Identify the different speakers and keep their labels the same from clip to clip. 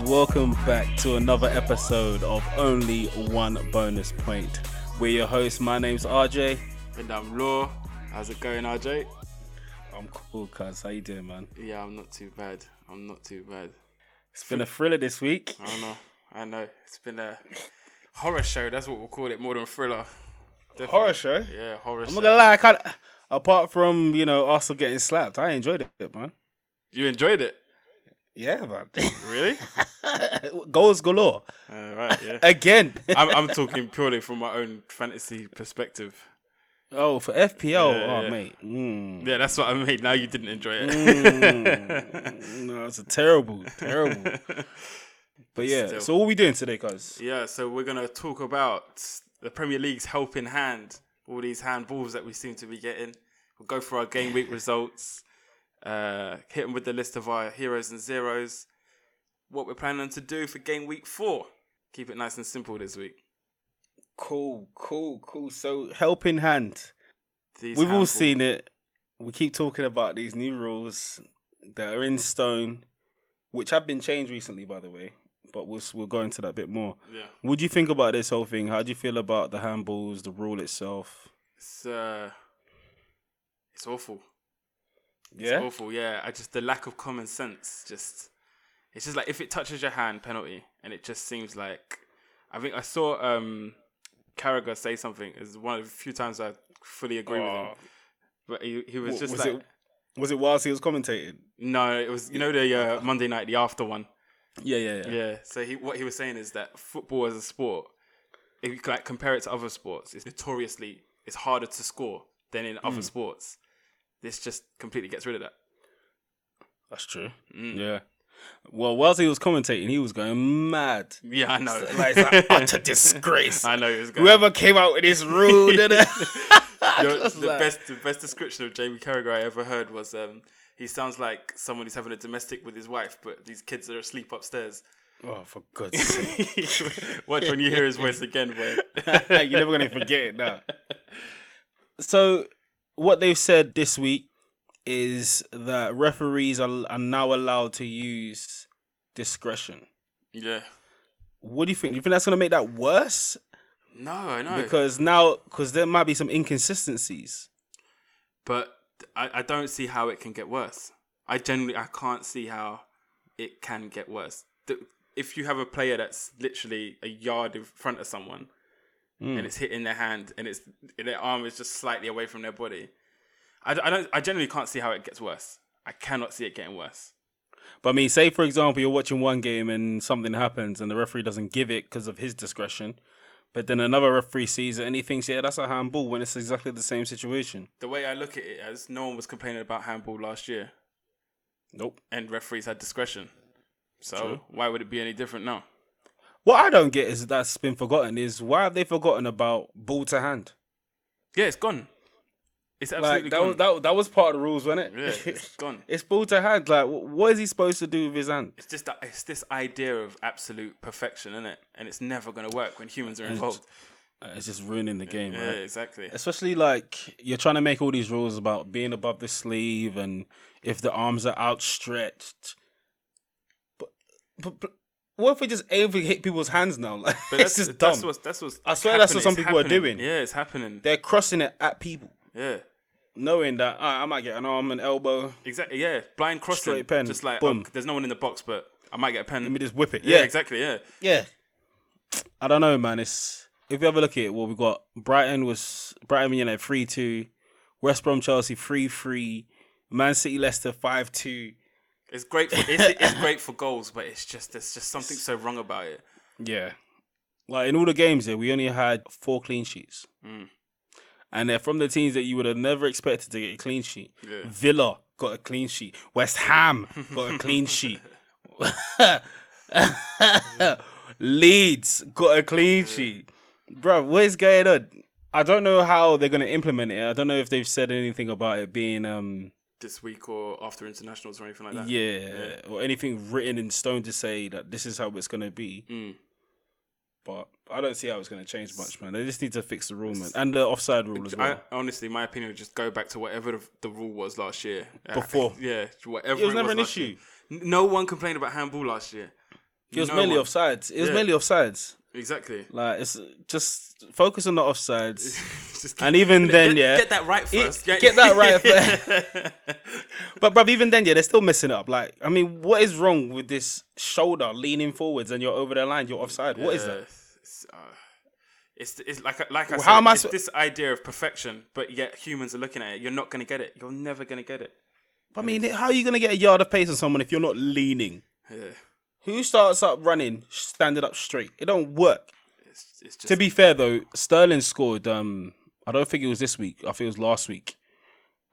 Speaker 1: Welcome back to another episode of Only One Bonus Point. We're your hosts. My name's RJ.
Speaker 2: And I'm Law. How's it going, RJ?
Speaker 1: I'm cool, cuz. How you doing, man?
Speaker 2: Yeah, I'm not too bad. I'm not too bad.
Speaker 1: It's been a thriller this week.
Speaker 2: I know. I know. It's been a horror show. That's what we'll call it, more than thriller. Definitely.
Speaker 1: Horror show.
Speaker 2: Yeah, horror
Speaker 1: I'm
Speaker 2: show.
Speaker 1: not gonna lie. I can't, apart from you know Arsenal getting slapped, I enjoyed it, man.
Speaker 2: You enjoyed it?
Speaker 1: Yeah, man.
Speaker 2: Really?
Speaker 1: Goals galore
Speaker 2: uh, right, yeah.
Speaker 1: again.
Speaker 2: I'm, I'm talking purely from my own fantasy perspective.
Speaker 1: oh, for FPL.
Speaker 2: Yeah,
Speaker 1: oh,
Speaker 2: yeah.
Speaker 1: mate. Mm.
Speaker 2: Yeah, that's what I mean. Now you didn't enjoy it.
Speaker 1: No, it's a terrible, terrible. But yeah.
Speaker 2: Still.
Speaker 1: So what we doing today, cuz?
Speaker 2: Yeah, so we're gonna talk about the Premier League's helping hand, all these handballs that we seem to be getting. We'll go through our game week results, uh, hit 'em with the list of our heroes and zeros, what we're planning to do for game week four. Keep it nice and simple this week.
Speaker 1: Cool, cool, cool. So helping hand.
Speaker 2: These
Speaker 1: We've all
Speaker 2: handball-
Speaker 1: seen it. We keep talking about these new rules that are in stone, which have been changed recently, by the way. But we'll we'll go into that a bit more.
Speaker 2: Yeah,
Speaker 1: What do you think about this whole thing? How do you feel about the handballs, the rule itself?
Speaker 2: it's uh, it's awful. It's
Speaker 1: Yeah,
Speaker 2: awful. Yeah, I just the lack of common sense. Just it's just like if it touches your hand, penalty, and it just seems like I think I saw um Carragher say something. It's one of the few times I fully agree with him.
Speaker 1: Oh.
Speaker 2: But he, he
Speaker 1: W-
Speaker 2: was just
Speaker 1: was
Speaker 2: like,
Speaker 1: it was it whilst he was commentating?
Speaker 2: no, it was you know the uh, Monday night the after one.
Speaker 1: Yeah, yeah, yeah.
Speaker 2: Yeah. So he what he was saying is that football as a sport, if you like compare it to other sports, it's notoriously it's harder to score than in
Speaker 1: Hmm.
Speaker 2: other sports. This just completely gets rid of that.
Speaker 1: That's true. Mm. Yeah. Well, whilst he was commentating, he was going mad.
Speaker 2: Yeah, I know.
Speaker 1: Like, it's an utter disgrace.
Speaker 2: I know it was going.
Speaker 1: Whoever came out with this rule, didn't
Speaker 2: Yo,
Speaker 1: Just
Speaker 2: the
Speaker 1: like-
Speaker 2: best the best description of Jamie Carragher I ever heard was um, he sounds like someone who's having a domestic with his wife, but these kids are asleep upstairs.
Speaker 1: Oh, for God's sake.
Speaker 2: Watch when you hear his voice again, boy.
Speaker 1: You're never gonna forget it now. So, what they've said this week is that referees are, are now allowed to use discretion.
Speaker 2: Yeah.
Speaker 1: What do you think? Do you think that's gonna make that worse?
Speaker 2: No, I know.
Speaker 1: Because now, because there might be some inconsistencies.
Speaker 2: but I, I don't see how it can get worse. I generally I can't see how it can get worse. The- If you have a player that's literally a yard in front of someone
Speaker 1: Hmm.
Speaker 2: and it's hitting their hand and it's and their arm is just slightly away from their body, I, d- I don't I generally can't see how it gets worse. I cannot see it getting worse.
Speaker 1: But I mean, say for example, you're watching one game and something happens, and the referee doesn't give it because of his discretion. But then another referee sees it and he thinks, yeah, that's a handball when it's exactly the same situation.
Speaker 2: The way I look at it as no one was complaining about handball last year
Speaker 1: Nope.
Speaker 2: and referees had discretion. So
Speaker 1: True.
Speaker 2: why would it be any different now?
Speaker 1: What I don't get is that's been forgotten is why have they forgotten about ball to hand?
Speaker 2: Yeah, it's gone. It's
Speaker 1: Like
Speaker 2: absolutely
Speaker 1: that was,
Speaker 2: gone.
Speaker 1: that, that was part of the rules, wasn't it?
Speaker 2: yeah, it's gone.
Speaker 1: it's ball to hand. Like, wh- what is he supposed to do with his hand?
Speaker 2: it's just that it's this idea of absolute perfection, isn't it? And it's never going to work when humans are involved.
Speaker 1: Uh, It's just ruining the game,
Speaker 2: Yeah,
Speaker 1: right?
Speaker 2: exactly.
Speaker 1: Especially like you're trying to make all these rules about being above the sleeve and if the arms are outstretched. But, but, but what if we just aim for hit people's hands now? Like,
Speaker 2: But
Speaker 1: it's
Speaker 2: that's,
Speaker 1: just dumb.
Speaker 2: that's what's that's what's.
Speaker 1: I swear that's
Speaker 2: happening.
Speaker 1: what some
Speaker 2: It's
Speaker 1: people are
Speaker 2: happening.
Speaker 1: doing.
Speaker 2: Yeah, it's happening.
Speaker 1: They're crossing it at people,
Speaker 2: Yeah,
Speaker 1: knowing that "Ah, I might get an arm, an elbow.
Speaker 2: exactly. Yeah, blind crossing.
Speaker 1: Straight pen.
Speaker 2: Just like
Speaker 1: Boom.
Speaker 2: oh, there's no one in the box, but I might get a pen.
Speaker 1: Let me just whip it.
Speaker 2: yeah,
Speaker 1: yeah.
Speaker 2: exactly. Yeah,
Speaker 1: Yeah. I don't know, man. It's if you ever look at it, well, we got Brighton was Brighton United three two, West Brom Chelsea three three, Man City Leicester five two.
Speaker 2: it's great. For, it's, it's great for goals, but it's just there's just something so wrong about it.
Speaker 1: Yeah. Like in all the games there, we only had four clean sheets. And they're from the teams that you would have never expected to get a clean sheet.
Speaker 2: Yeah.
Speaker 1: Villa got a clean sheet. West Ham got a clean sheet. Leeds got a clean sheet. bro, what is going on? I don't know how they're gonna implement it. I don't know if they've said anything about it being um
Speaker 2: this week or after internationals or anything like that.
Speaker 1: yeah, or anything written in stone to say that this is how it's gonna be.
Speaker 2: Mm.
Speaker 1: But I don't see how it's gonna change much, man. They just need to fix the rule, man, and the offside rule as well.
Speaker 2: I, honestly, my opinion would just go back to whatever the, the rule was last year. Uh,
Speaker 1: Before.
Speaker 2: yeah, whatever.
Speaker 1: it was never an
Speaker 2: last
Speaker 1: issue.
Speaker 2: year. N- No one complained about handball last year.
Speaker 1: It was
Speaker 2: No
Speaker 1: mainly
Speaker 2: one.
Speaker 1: offsides. It was
Speaker 2: Yeah.
Speaker 1: mainly offsides.
Speaker 2: Exactly.
Speaker 1: Like it's just focus on the offsides.
Speaker 2: Just
Speaker 1: And even
Speaker 2: get-
Speaker 1: then,
Speaker 2: get,
Speaker 1: yeah.
Speaker 2: get that right first.
Speaker 1: get that right
Speaker 2: first.
Speaker 1: But bruv, even then, yeah, they're still messing up. Like, I mean, what is wrong with this shoulder leaning forwards and you're over the line, you're offside? What is that?
Speaker 2: It's, uh, it's, it's like like I
Speaker 1: Well,
Speaker 2: said.
Speaker 1: how am I
Speaker 2: it's
Speaker 1: sp-
Speaker 2: this idea of perfection, but yet humans are looking at it. You're not gonna get it. You're never gonna get it.
Speaker 1: I mean, how are you gonna get a yard of pace on someone if you're not leaning?
Speaker 2: Yeah,
Speaker 1: Who starts up running, standing up straight? It don't work.
Speaker 2: it's, it's just
Speaker 1: To be fair though, Sterling scored. Um, I don't think it was this week. I think it was last week.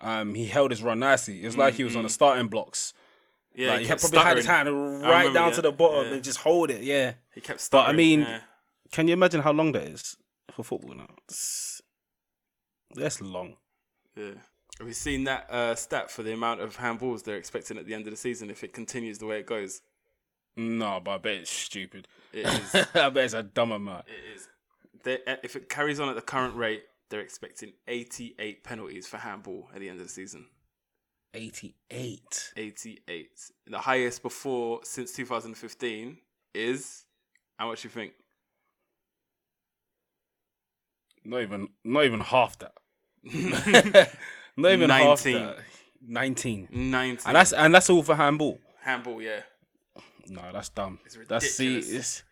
Speaker 1: Um, he held his run nicely. It was like he was on the starting blocks.
Speaker 2: yeah.
Speaker 1: Like, Mm-hmm.
Speaker 2: he
Speaker 1: he
Speaker 2: kept
Speaker 1: probably had his
Speaker 2: stuttering.
Speaker 1: hand
Speaker 2: I
Speaker 1: right
Speaker 2: remember
Speaker 1: down
Speaker 2: that.
Speaker 1: to the bottom
Speaker 2: Yeah.
Speaker 1: and just hold it. Yeah.
Speaker 2: He kept
Speaker 1: But, I
Speaker 2: stuttering.
Speaker 1: mean,
Speaker 2: yeah.
Speaker 1: Can you imagine how long that is for football now? It's- That's long.
Speaker 2: Yeah. Have you seen that uh, stat for the amount of handballs they're expecting at the end of the season if it continues the way it goes?
Speaker 1: No, but I bet it's stupid.
Speaker 2: It is. it
Speaker 1: I bet it's a dumb amount.
Speaker 2: is. They, uh, if it carries on at the current rate, they're expecting 88 penalties for handball at the end of the season.
Speaker 1: 88.
Speaker 2: 88. The highest before since 2015 is how much you think?
Speaker 1: Not even not even half that. not even half
Speaker 2: 19.
Speaker 1: that. 19.
Speaker 2: 19.
Speaker 1: And that's and that's all for handball.
Speaker 2: handball, yeah.
Speaker 1: No, that's dumb.
Speaker 2: It's
Speaker 1: That's see
Speaker 2: ridiculous.
Speaker 1: it's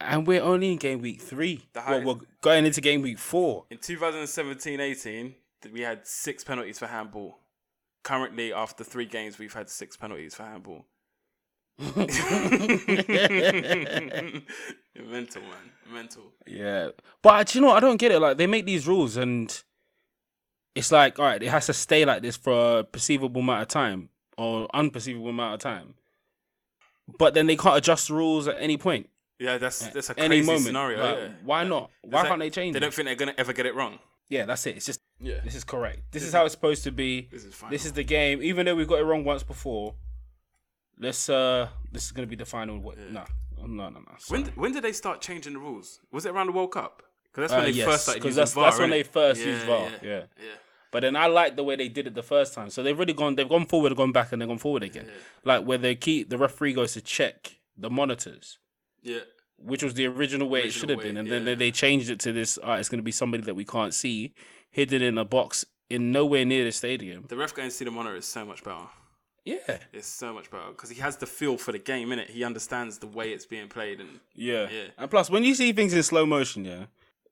Speaker 1: and we're only in game week three.
Speaker 2: The
Speaker 1: well, we're going into game week four.
Speaker 2: In 2017 18, we had six penalties for handball. Currently, after three games, we've had six penalties for handball. Mental, man. Mental.
Speaker 1: Yeah, but do you know what? I don't get it. Like they make these rules, and it's like, all right, it has to stay like this for a perceivable amount of time or unperceivable amount of time. But then they can't adjust the rules at any point,
Speaker 2: Yeah, that's that's a
Speaker 1: any
Speaker 2: crazy
Speaker 1: moment.
Speaker 2: scenario.
Speaker 1: Like,
Speaker 2: yeah.
Speaker 1: Why not? Why
Speaker 2: It's
Speaker 1: can't they
Speaker 2: like
Speaker 1: change?
Speaker 2: They
Speaker 1: it?
Speaker 2: don't think they're gonna ever get it wrong.
Speaker 1: Yeah, that's it. It's just
Speaker 2: Yeah,
Speaker 1: this is correct. This is how it's supposed to be.
Speaker 2: this is fine.
Speaker 1: This is the game. Even though we got it wrong once before, let's uh, this is gonna be the final. What? No, no, no, no.
Speaker 2: when when did they start changing the rules? Was it around the World Cup? Because that's
Speaker 1: Uh,
Speaker 2: when they
Speaker 1: yes,
Speaker 2: first started
Speaker 1: 'cause
Speaker 2: using
Speaker 1: that's-
Speaker 2: VAR.
Speaker 1: that's when
Speaker 2: innit?
Speaker 1: they first used VAR, yeah. But then I like the way they did it the first time. So they've really gone. They've gone forward, gone back, and then gone forward again. Like where the key, the referee goes to check the monitors,
Speaker 2: yeah, yeah.
Speaker 1: which was the original way it
Speaker 2: Original
Speaker 1: should have
Speaker 2: way,
Speaker 1: been, and
Speaker 2: yeah.
Speaker 1: then they- they changed it to this. "Alright, it's going to be somebody that we can't see, hidden in a box in nowhere near the stadium.
Speaker 2: The ref going to see the monitor is so much better.
Speaker 1: Yeah,
Speaker 2: It's so much better because he has the feel for the game in it. He understands the way it's being played, and
Speaker 1: yeah,
Speaker 2: Yeah.
Speaker 1: And plus, when you see things in slow motion, yeah,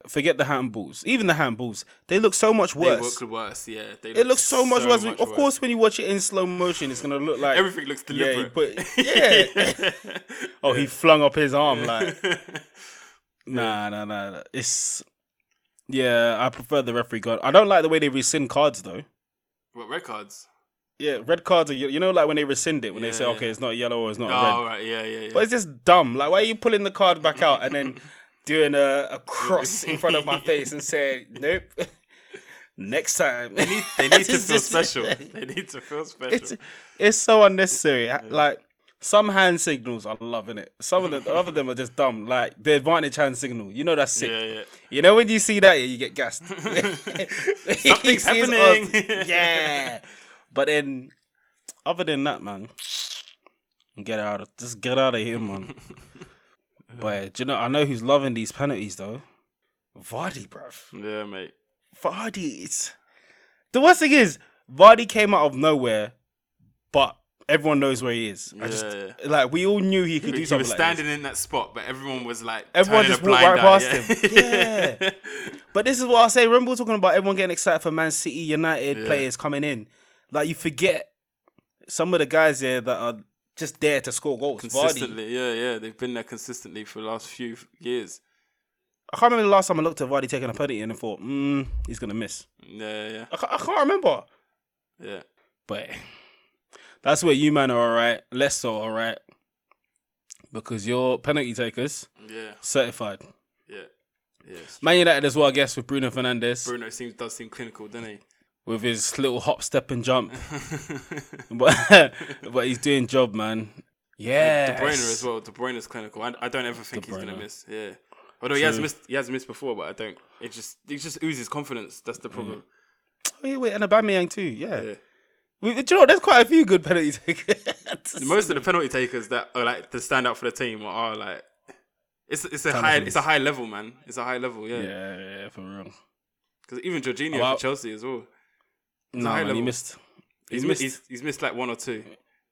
Speaker 1: forget the handballs. Even the handballs, they look so much
Speaker 2: they
Speaker 1: worse.
Speaker 2: look worse. Yeah, they
Speaker 1: it looks so much worse.
Speaker 2: much
Speaker 1: of course, when you watch it in slow motion, it's gonna look like
Speaker 2: everything looks
Speaker 1: Yeah, he
Speaker 2: deliberate.
Speaker 1: put- yeah. oh, he flung up his arm like. Nah, nah, nah. nah. It's yeah. I prefer the referee card. I don't like the way they rescind cards though.
Speaker 2: what records?
Speaker 1: Yeah, red cards are you know like when they rescind it when they say
Speaker 2: Yeah.
Speaker 1: okay it's not yellow or it's not
Speaker 2: Oh,
Speaker 1: red.
Speaker 2: right, yeah, yeah, yeah.
Speaker 1: But it's just dumb. Like why are you pulling the card back out and then doing a, a cross in front of my face and saying nope. Next time. They need,
Speaker 2: They need to feel special. They need to feel special.
Speaker 1: It's it's so unnecessary. Like some hand signals, I'm loving it. Some of them, the other them are just dumb. Like the advantage hand signal, you know that's sick.
Speaker 2: yeah, yeah.
Speaker 1: You know when you see that, yeah, you get gassed.
Speaker 2: Something's
Speaker 1: Something's
Speaker 2: happening.
Speaker 1: yeah. But then, other than that, man, get out of just get out of here, man. but do you know, I know who's loving these penalties though. Vardy, bruv.
Speaker 2: Yeah, mate.
Speaker 1: Vardy. It's... The worst thing is Vardy came out of nowhere, but everyone knows where he is. I just
Speaker 2: Yeah,
Speaker 1: like we all knew he could
Speaker 2: He
Speaker 1: do
Speaker 2: was
Speaker 1: something. like this.
Speaker 2: standing in that spot, but everyone was like,
Speaker 1: Everyone
Speaker 2: turning
Speaker 1: just
Speaker 2: a
Speaker 1: walked
Speaker 2: blind
Speaker 1: right
Speaker 2: eye,
Speaker 1: past
Speaker 2: yeah.
Speaker 1: him. But this is what I say. Remember, we were talking about everyone getting excited for Man City, United
Speaker 2: Yeah.
Speaker 1: players coming in. Like you forget some of the guys there that are just there to score goals. Vardy.
Speaker 2: consistently, yeah, yeah. They've been there consistently for the last few years.
Speaker 1: I can't remember the last time I looked at Vardy taking a penalty and I thought, mm, he's gonna miss.
Speaker 2: Yeah, yeah,
Speaker 1: I can't, I can't remember.
Speaker 2: yeah.
Speaker 1: But that's where you man are all right. Leicester are all right because you're penalty takers
Speaker 2: Yeah,
Speaker 1: certified.
Speaker 2: yeah. Yes.
Speaker 1: Man United as well, I guess, with Bruno Fernandez
Speaker 2: Bruno seems does seem clinical, doesn't
Speaker 1: with his little hop, step, and jump.
Speaker 2: he?
Speaker 1: but but he's doing job, man.
Speaker 2: De
Speaker 1: Yeah,
Speaker 2: Bruyne as well. De Bruyne's clinical. I, I don't ever think he's gonna
Speaker 1: Bruyne.
Speaker 2: miss. Yeah. Although he has
Speaker 1: True.
Speaker 2: missed, he has missed before, but I don't. It just, it just oozes confidence. That's the problem.
Speaker 1: Oh, yeah, wait, and Aubameyang too. Mm. Yeah.
Speaker 2: Yeah.
Speaker 1: We, do you know what? there's quite a few good penalty takers.
Speaker 2: Most of the penalty takers that are like to stand out for the team are like, it's it's a high,
Speaker 1: Talismans.
Speaker 2: it's a high level, man. It's a high level,
Speaker 1: yeah,
Speaker 2: yeah.
Speaker 1: yeah, for real.
Speaker 2: Because even Jorginho
Speaker 1: Well-
Speaker 2: for Chelsea as well.
Speaker 1: No,
Speaker 2: high
Speaker 1: man, he
Speaker 2: level.
Speaker 1: missed. He
Speaker 2: He's missed,
Speaker 1: missed.
Speaker 2: he's, he's missed like one or two,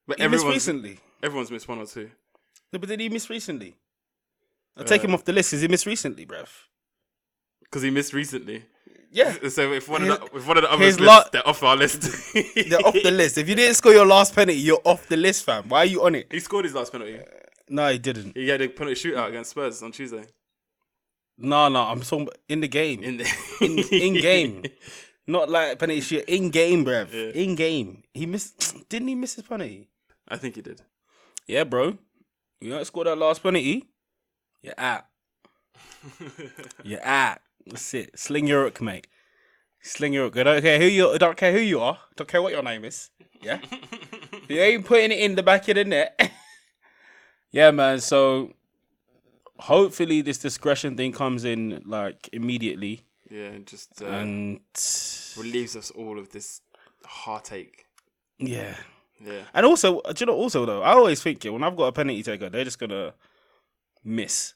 Speaker 2: but
Speaker 1: he missed
Speaker 2: everyone's
Speaker 1: recently.
Speaker 2: everyone's missed one or two.
Speaker 1: No, but did he miss recently? I'll take
Speaker 2: Uh,
Speaker 1: him off the list. Is he missed recently, bruv?
Speaker 2: Because he missed recently.
Speaker 1: Yeah.
Speaker 2: So if one
Speaker 1: His-
Speaker 2: of the if one of the others
Speaker 1: his
Speaker 2: missed,
Speaker 1: lot-
Speaker 2: they're off our list.
Speaker 1: They're off the list. If you didn't score your last penalty, you're off the list, fam. Why are you on it?
Speaker 2: he scored his last penalty.
Speaker 1: No, he didn't.
Speaker 2: He had a penalty shootout against Spurs on Tuesday.
Speaker 1: No, no, I'm talking about in the game.
Speaker 2: In the
Speaker 1: in in game. Not like penalty shoot in game, bruv.
Speaker 2: Yeah.
Speaker 1: In game. He missed didn't he miss his penalty?
Speaker 2: I think he did.
Speaker 1: Yeah, bro. You don't score that last penalty. You're out. You're out. That's it. Sling your hook, mate. Sling your hook. I don't care who you I don't care who you are. Don't care what your name is. Yeah. you ain't putting it in the back of the net. yeah, man. So hopefully this discretion thing comes in like immediately.
Speaker 2: yeah, and just uh,
Speaker 1: And
Speaker 2: relieves us all of this heartache.
Speaker 1: yeah.
Speaker 2: Yeah.
Speaker 1: And also, do you know? Also, though, I always think yeah, when I've got a penalty taker, they're just gonna miss.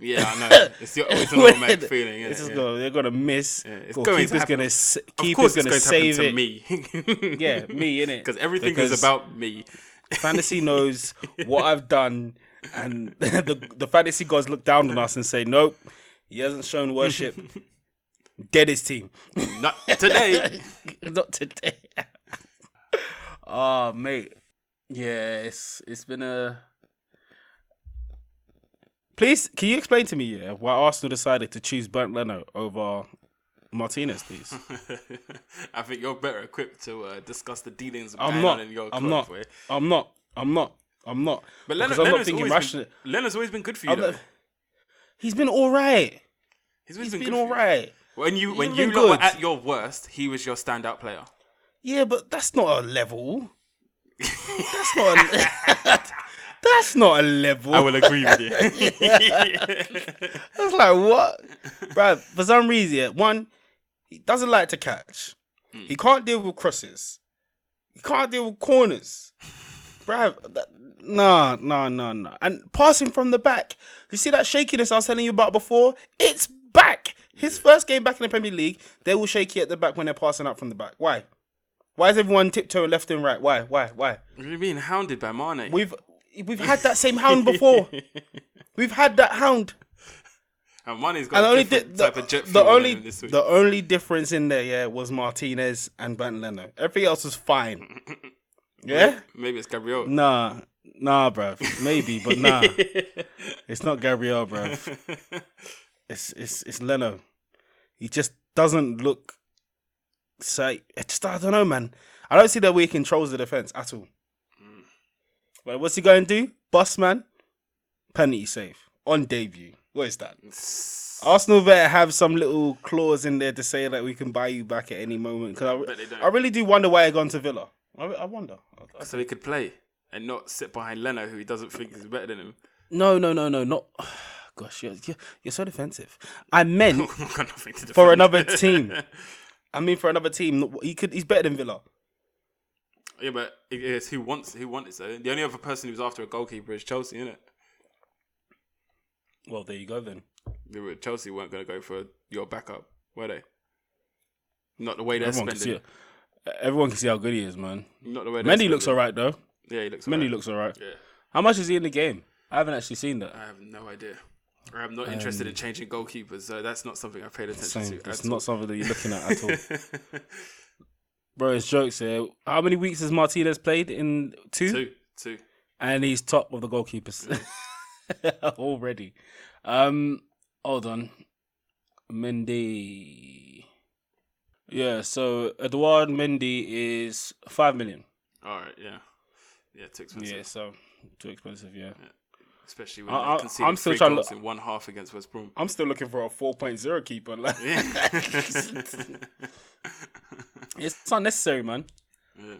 Speaker 2: Yeah, I know. It's, your, oh, it's an automatic feeling.
Speaker 1: It's
Speaker 2: It's
Speaker 1: just gonna, they're gonna miss.
Speaker 2: Yeah, it's
Speaker 1: Goalkeeper's
Speaker 2: going to happen.
Speaker 1: gonna s-
Speaker 2: of
Speaker 1: keeper's
Speaker 2: course,
Speaker 1: gonna
Speaker 2: it's going to
Speaker 1: save
Speaker 2: happen
Speaker 1: it.
Speaker 2: to me.
Speaker 1: Yeah, me in it.
Speaker 2: Because everything is
Speaker 1: Because
Speaker 2: about me.
Speaker 1: fantasy knows what I've done, and the the fantasy gods look down on us and say, "Nope, he hasn't shown worship. Dead his team.
Speaker 2: Not today.
Speaker 1: Not today." oh, mate. Yeah, it's it's been a. Please, can you explain to me yeah, why Arsenal decided to choose Bernd Leno over Martinez, please?
Speaker 2: I think you're better equipped to uh, discuss the dealings
Speaker 1: I'm
Speaker 2: going
Speaker 1: not.
Speaker 2: on in your
Speaker 1: I'm
Speaker 2: club,
Speaker 1: not.
Speaker 2: boy.
Speaker 1: I'm not. I'm not. I'm not.
Speaker 2: But
Speaker 1: Because I'm
Speaker 2: Leonard,
Speaker 1: not
Speaker 2: Leonard's,
Speaker 1: thinking
Speaker 2: always been,
Speaker 1: rationally.
Speaker 2: Leonard's always been good for you.
Speaker 1: I'm
Speaker 2: Though.
Speaker 1: not- He's been all right.
Speaker 2: He's always
Speaker 1: He's been
Speaker 2: good
Speaker 1: all
Speaker 2: for you.
Speaker 1: right.
Speaker 2: When you when
Speaker 1: been
Speaker 2: you lot
Speaker 1: good.
Speaker 2: were at your worst, he was your standout player.
Speaker 1: Yeah, but that's not a level. that's not. A, that's not a level.
Speaker 2: will agree with you.
Speaker 1: That's like what, bruv, For some reason, yeah, one, he doesn't like to catch. He can't deal with crosses. He can't deal with corners, bruv. That, nah, nah, nah, nah. And passing from the back, you see that shakiness I was telling you about before? It's back. His first game back in the Premier League, they will shake you at the back when they're passing out from the back. Why? Why is everyone tiptoeing left and right? Why? Why? Why?
Speaker 2: You're being hounded by Mane.
Speaker 1: We've we've had that same hound before. We've had that hound.
Speaker 2: and Mane's got
Speaker 1: And the
Speaker 2: a
Speaker 1: only
Speaker 2: different
Speaker 1: di-
Speaker 2: type
Speaker 1: the,
Speaker 2: of jet
Speaker 1: the
Speaker 2: fuel in
Speaker 1: only
Speaker 2: him this week.
Speaker 1: the only difference in there, yeah, was Martinez and Van Leno. Everything else was fine. Yeah,
Speaker 2: Maybe it's Gabriel.
Speaker 1: nah, nah, bruv. Maybe, but nah. it's not Gabriel, bruv. It's it's it's Leno. He just doesn't look. Say, I just I don't know, man. I don't see that way he controls the defense at all.
Speaker 2: Mm.
Speaker 1: But what's he going to do? Bust man, penalty save on debut. What is that? Arsenal better have some little clause in there to say that we can buy you back at any moment. Because
Speaker 2: But they don't.
Speaker 1: I, I really do wonder why he gone to Villa. I, I wonder. I- I-
Speaker 2: so he could play and not sit behind Leno, who he doesn't think is better than him.
Speaker 1: no, no, no, no, not. Gosh, you're, you're, you're so defensive. I meant
Speaker 2: I've got nothing to
Speaker 1: for
Speaker 2: defend.
Speaker 1: another team. I mean for another team. He could. He's better than Villa.
Speaker 2: Yeah, but it- it's who wants who wants it. though. The only other person who's after a goalkeeper is Chelsea, isn't it?
Speaker 1: Well, there you go then.
Speaker 2: They were- Chelsea weren't going to go for your backup, were they? Not the way they're
Speaker 1: Everyone can see
Speaker 2: spending.
Speaker 1: it. Everyone can see how good he is, man.
Speaker 2: Not the way. they're
Speaker 1: Mendy looks
Speaker 2: spending.
Speaker 1: alright though.
Speaker 2: Yeah, he looks.
Speaker 1: Mendy
Speaker 2: alright.
Speaker 1: looks alright.
Speaker 2: Yeah,
Speaker 1: How much is he in the game? I haven't actually seen that.
Speaker 2: I have no idea. I'm not interested in changing goalkeepers, so that's not something I paid attention
Speaker 1: Um, Same.
Speaker 2: to.
Speaker 1: It's
Speaker 2: at
Speaker 1: not something that you're looking at at all.
Speaker 2: all.
Speaker 1: Bro, it's jokes here. How many weeks has Martinez played in two?
Speaker 2: two, two.
Speaker 1: And he's top of the goalkeepers already. Um, hold on, Mendy. Yeah, so Eduard Mendy is five million.
Speaker 2: All right, yeah, yeah, too expensive.
Speaker 1: Yeah, so too expensive. Yeah,
Speaker 2: especially when
Speaker 1: I- I-
Speaker 2: they conceded
Speaker 1: I'm still
Speaker 2: three
Speaker 1: trying to
Speaker 2: goals
Speaker 1: look-
Speaker 2: in one half against West Brom.
Speaker 1: I'm still looking for a 4.0 keeper. Like,
Speaker 2: Yeah.
Speaker 1: it's unnecessary, man.
Speaker 2: Yeah.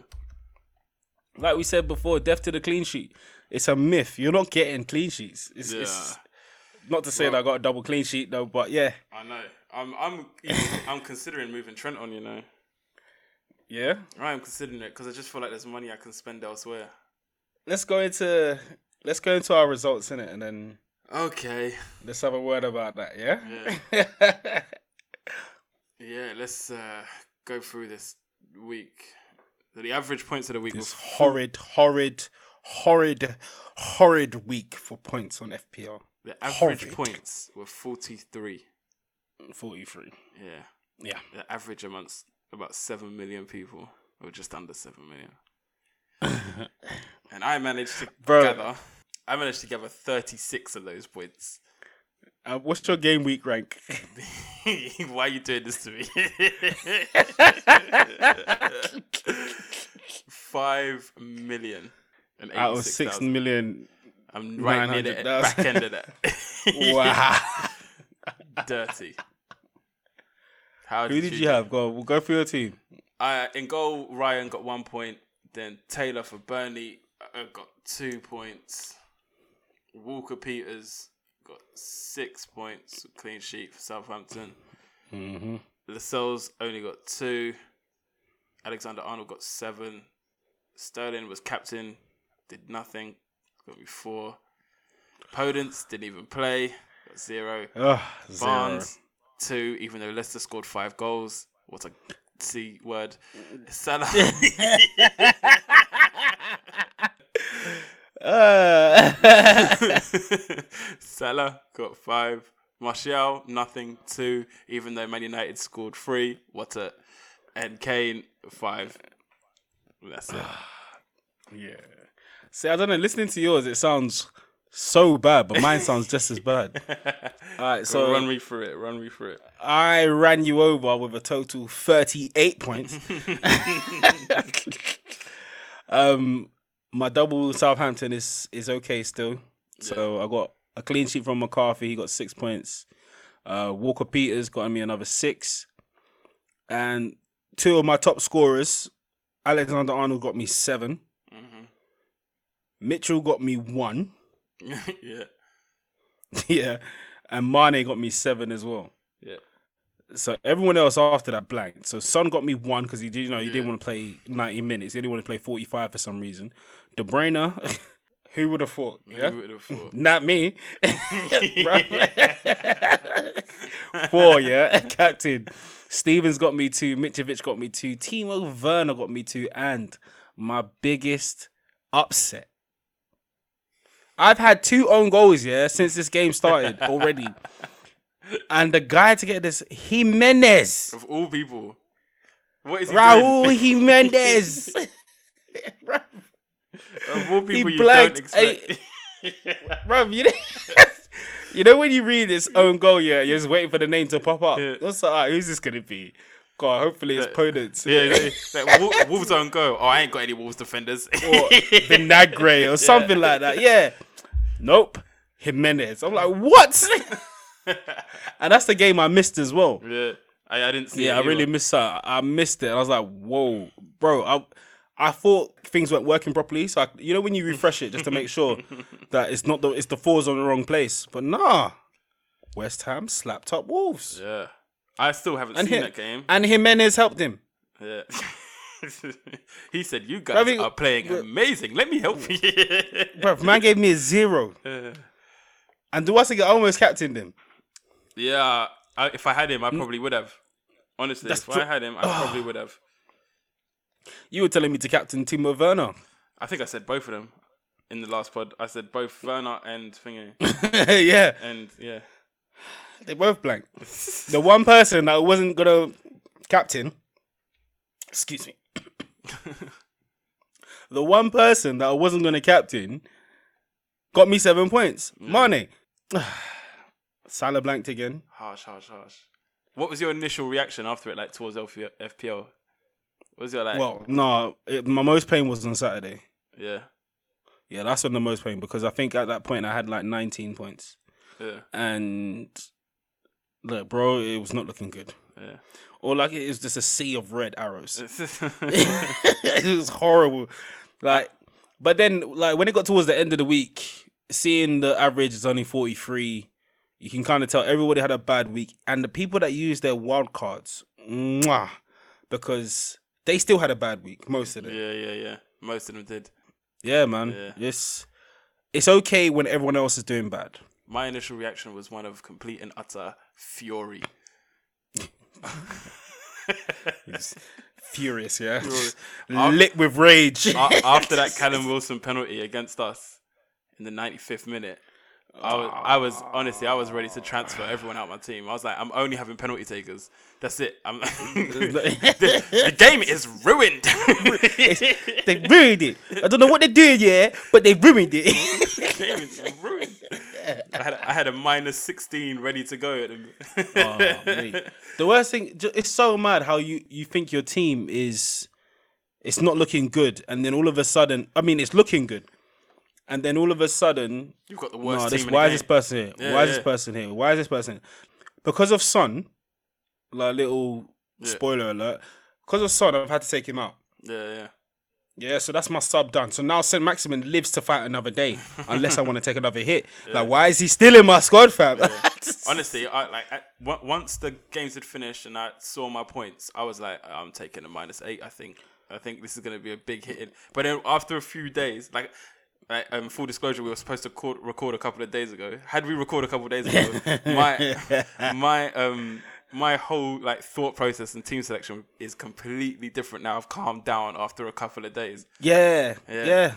Speaker 1: Like we said before, death to the clean sheet. It's a myth. You're not getting clean sheets. It's, it's not to say that I got a double clean sheet though, but yeah,
Speaker 2: I know. I'm I'm I'm considering moving Trent on. You know,
Speaker 1: yeah.
Speaker 2: I am considering it because I just feel like there's money I can spend elsewhere.
Speaker 1: Let's go into let's go into our results in it, and then
Speaker 2: Okay.
Speaker 1: let's have a word about that. Yeah.
Speaker 2: Yeah. Let's uh, go through this week. So the average points of the week
Speaker 1: this
Speaker 2: was
Speaker 1: horrid, horrid, horrid, horrid week for points on FPL.
Speaker 2: the average
Speaker 1: horrid.
Speaker 2: points were 43.
Speaker 1: Forty-three.
Speaker 2: Yeah.
Speaker 1: Yeah.
Speaker 2: the average amongst about 7 million people, or just under 7 million.
Speaker 1: Uh,
Speaker 2: and I managed to
Speaker 1: Bro.
Speaker 2: gather. I managed to gather 36 of those points.
Speaker 1: Uh, what's your game week rank?
Speaker 2: Why are you doing this to me? Five million and
Speaker 1: Out of six
Speaker 2: thousand.
Speaker 1: million.
Speaker 2: I'm right near the
Speaker 1: 900,000.
Speaker 2: back end of that.
Speaker 1: Wow.
Speaker 2: Dirty. How
Speaker 1: Who did you have? Go. We'll go through your team.
Speaker 2: Uh, in goal, Ryan got one point. Then Taylor for Burnley uh, got two points. Walker Peters got six points, clean sheet for Southampton.
Speaker 1: Mm-hmm.
Speaker 2: Lascelles only got two. Alexander Arnold got seven. Sterling was captain, did nothing, got me four. Podence didn't even play, got zero.
Speaker 1: Ugh, zero.
Speaker 2: Barnes two, even though Leicester scored five goals. What a c word. Salah.
Speaker 1: Uh,
Speaker 2: Salah got five. Martial nothing two, even though Man United scored three. What a and Kane five. That's it.
Speaker 1: yeah. See, I don't know. Listening to yours, it sounds so bad, but mine sounds just as bad. All right,
Speaker 2: So
Speaker 1: so
Speaker 2: run me through it. Run me through it.
Speaker 1: I ran you over with a total 38 points. um, my double Southampton is is okay still. So I got a clean sheet from McCarthy. He got six points. Uh, Walker Peters got me another six, and two of my top scorers, Alexander Arnold got me seven. Mitchell got me one.
Speaker 2: yeah,
Speaker 1: yeah, and Mane got me seven as well.
Speaker 2: yeah,
Speaker 1: So everyone else after that blanked. So Son got me one because he did, you know, he
Speaker 2: Yeah.
Speaker 1: didn't want to play ninety minutes. He only wanted to play forty five for some reason. De Bruyne, who would have thought? Yeah,
Speaker 2: Who would have thought?
Speaker 1: not me. Four, yeah, captain. Stevens got me two. Mitrovic got me two. Timo Werner got me two, and my biggest upset. I've had two own goals, yeah, since this game started already. And the guy to get this, Jimenez.
Speaker 2: Of all people, what is he
Speaker 1: Raul
Speaker 2: doing?
Speaker 1: Jimenez.
Speaker 2: Of all people, you
Speaker 1: blanked
Speaker 2: don't expect.
Speaker 1: Bruv, you know, you know when you read this own goal, yeah, you're just waiting for the name to pop up.
Speaker 2: Yeah.
Speaker 1: What's that? Who's this gonna be? God, hopefully it's
Speaker 2: Yeah.
Speaker 1: Podence
Speaker 2: yeah, yeah, yeah. like, Wol- Wolves don't go. Oh, I ain't got any Wolves defenders.
Speaker 1: or Vinagre or something like that. Yeah. Nope. Jimenez. I'm like, what? and that's the game I missed as well.
Speaker 2: yeah, I, I didn't see.
Speaker 1: Yeah, I
Speaker 2: it
Speaker 1: really
Speaker 2: either.
Speaker 1: missed that. I missed it. I was like, whoa, bro. I I thought things weren't working properly. So I, you know when you refresh it just to make sure that it's not the it's the fours on the wrong place. But nah. West Ham slapped up Wolves.
Speaker 2: Yeah. I still haven't
Speaker 1: And
Speaker 2: seen
Speaker 1: him-
Speaker 2: that game.
Speaker 1: And Jimenez helped him.
Speaker 2: yeah. he said, "You guys
Speaker 1: Ravi-
Speaker 2: are playing amazing. Let me help you."
Speaker 1: Bruv, man gave me a zero. And Duasiga almost captained him.
Speaker 2: yeah, I, if I had him, I probably would have. Honestly,
Speaker 1: Mm. That's
Speaker 2: if
Speaker 1: tr- Ah.
Speaker 2: I had him, I probably would have.
Speaker 1: You were telling me to captain Timo Werner.
Speaker 2: I think I said both of them in the last pod. I said both Werner and Thingy,
Speaker 1: yeah,
Speaker 2: and yeah,
Speaker 1: they both blank. The one person that wasn't gonna captain, excuse me, the one person that I wasn't gonna captain got me seven points. Mane, Salah blanked again.
Speaker 2: harsh, harsh, harsh. What was your initial reaction after it, like towards LF- FPL? What was your like?
Speaker 1: Well, no, it, my most pain was on Saturday.
Speaker 2: yeah,
Speaker 1: Yeah, that's on the most pain because I think at that point I had like 19 points.
Speaker 2: Yeah,
Speaker 1: And look, bro, it was not looking good.
Speaker 2: yeah.
Speaker 1: Or like it was just a sea of red arrows.
Speaker 2: It's-
Speaker 1: it was horrible. Like, but then like when it got towards the end of the week, seeing the average is only 43, you can kind of tell everybody had a bad week. And the people that used their wild cards, mwah, because they still had a bad week, most of them.
Speaker 2: yeah, yeah, yeah. Most of them did.
Speaker 1: Yeah, man.
Speaker 2: Yeah.
Speaker 1: It's it's okay when everyone else is doing bad.
Speaker 2: My initial reaction was one of complete and utter fury.
Speaker 1: Furious, yeah.
Speaker 2: Furious.
Speaker 1: Lit with rage.
Speaker 2: A- After that Callum Wilson penalty against us in the 95th minute, I was, I was honestly, I was ready to transfer everyone out my team. I was like, I'm only having penalty takers. That's it. I'm the, the game is ruined. the
Speaker 1: they ruined it. I don't know what they're doing, yeah, but they ruined it.
Speaker 2: game is ruined. I had, I had a minus 16 ready to go. At the,
Speaker 1: Oh, the worst thing, ju- it's so mad how you you think your team is, it's not looking good, and then all of a sudden, I mean, it's looking good, and then all of a sudden,
Speaker 2: You've got the worst
Speaker 1: Nah,
Speaker 2: team
Speaker 1: this-
Speaker 2: in
Speaker 1: why
Speaker 2: the
Speaker 1: is this
Speaker 2: game.
Speaker 1: person here?
Speaker 2: Yeah,
Speaker 1: why is
Speaker 2: yeah.
Speaker 1: this person here? Why is this person? Because of Son, like little spoiler alert. Because of Son, I've had to take him out.
Speaker 2: yeah, yeah.
Speaker 1: Yeah, so that's my sub done. So now Saint Maximin lives to fight another day, unless I want to take another hit. Like, why is he still in my squad, fam?
Speaker 2: Honestly, I like I, on- once the games had finished and I saw my points, I was like, I'm taking a minus eight. I think I think this is going to be a big hit. in- But then after a few days, like. Like, um, full disclosure, we were supposed to record, record a couple of days ago. Had we recorded a couple of days ago, my my um my whole like thought process and team selection is completely different now. I've calmed down after a couple of days.
Speaker 1: yeah,
Speaker 2: Yeah.
Speaker 1: yeah,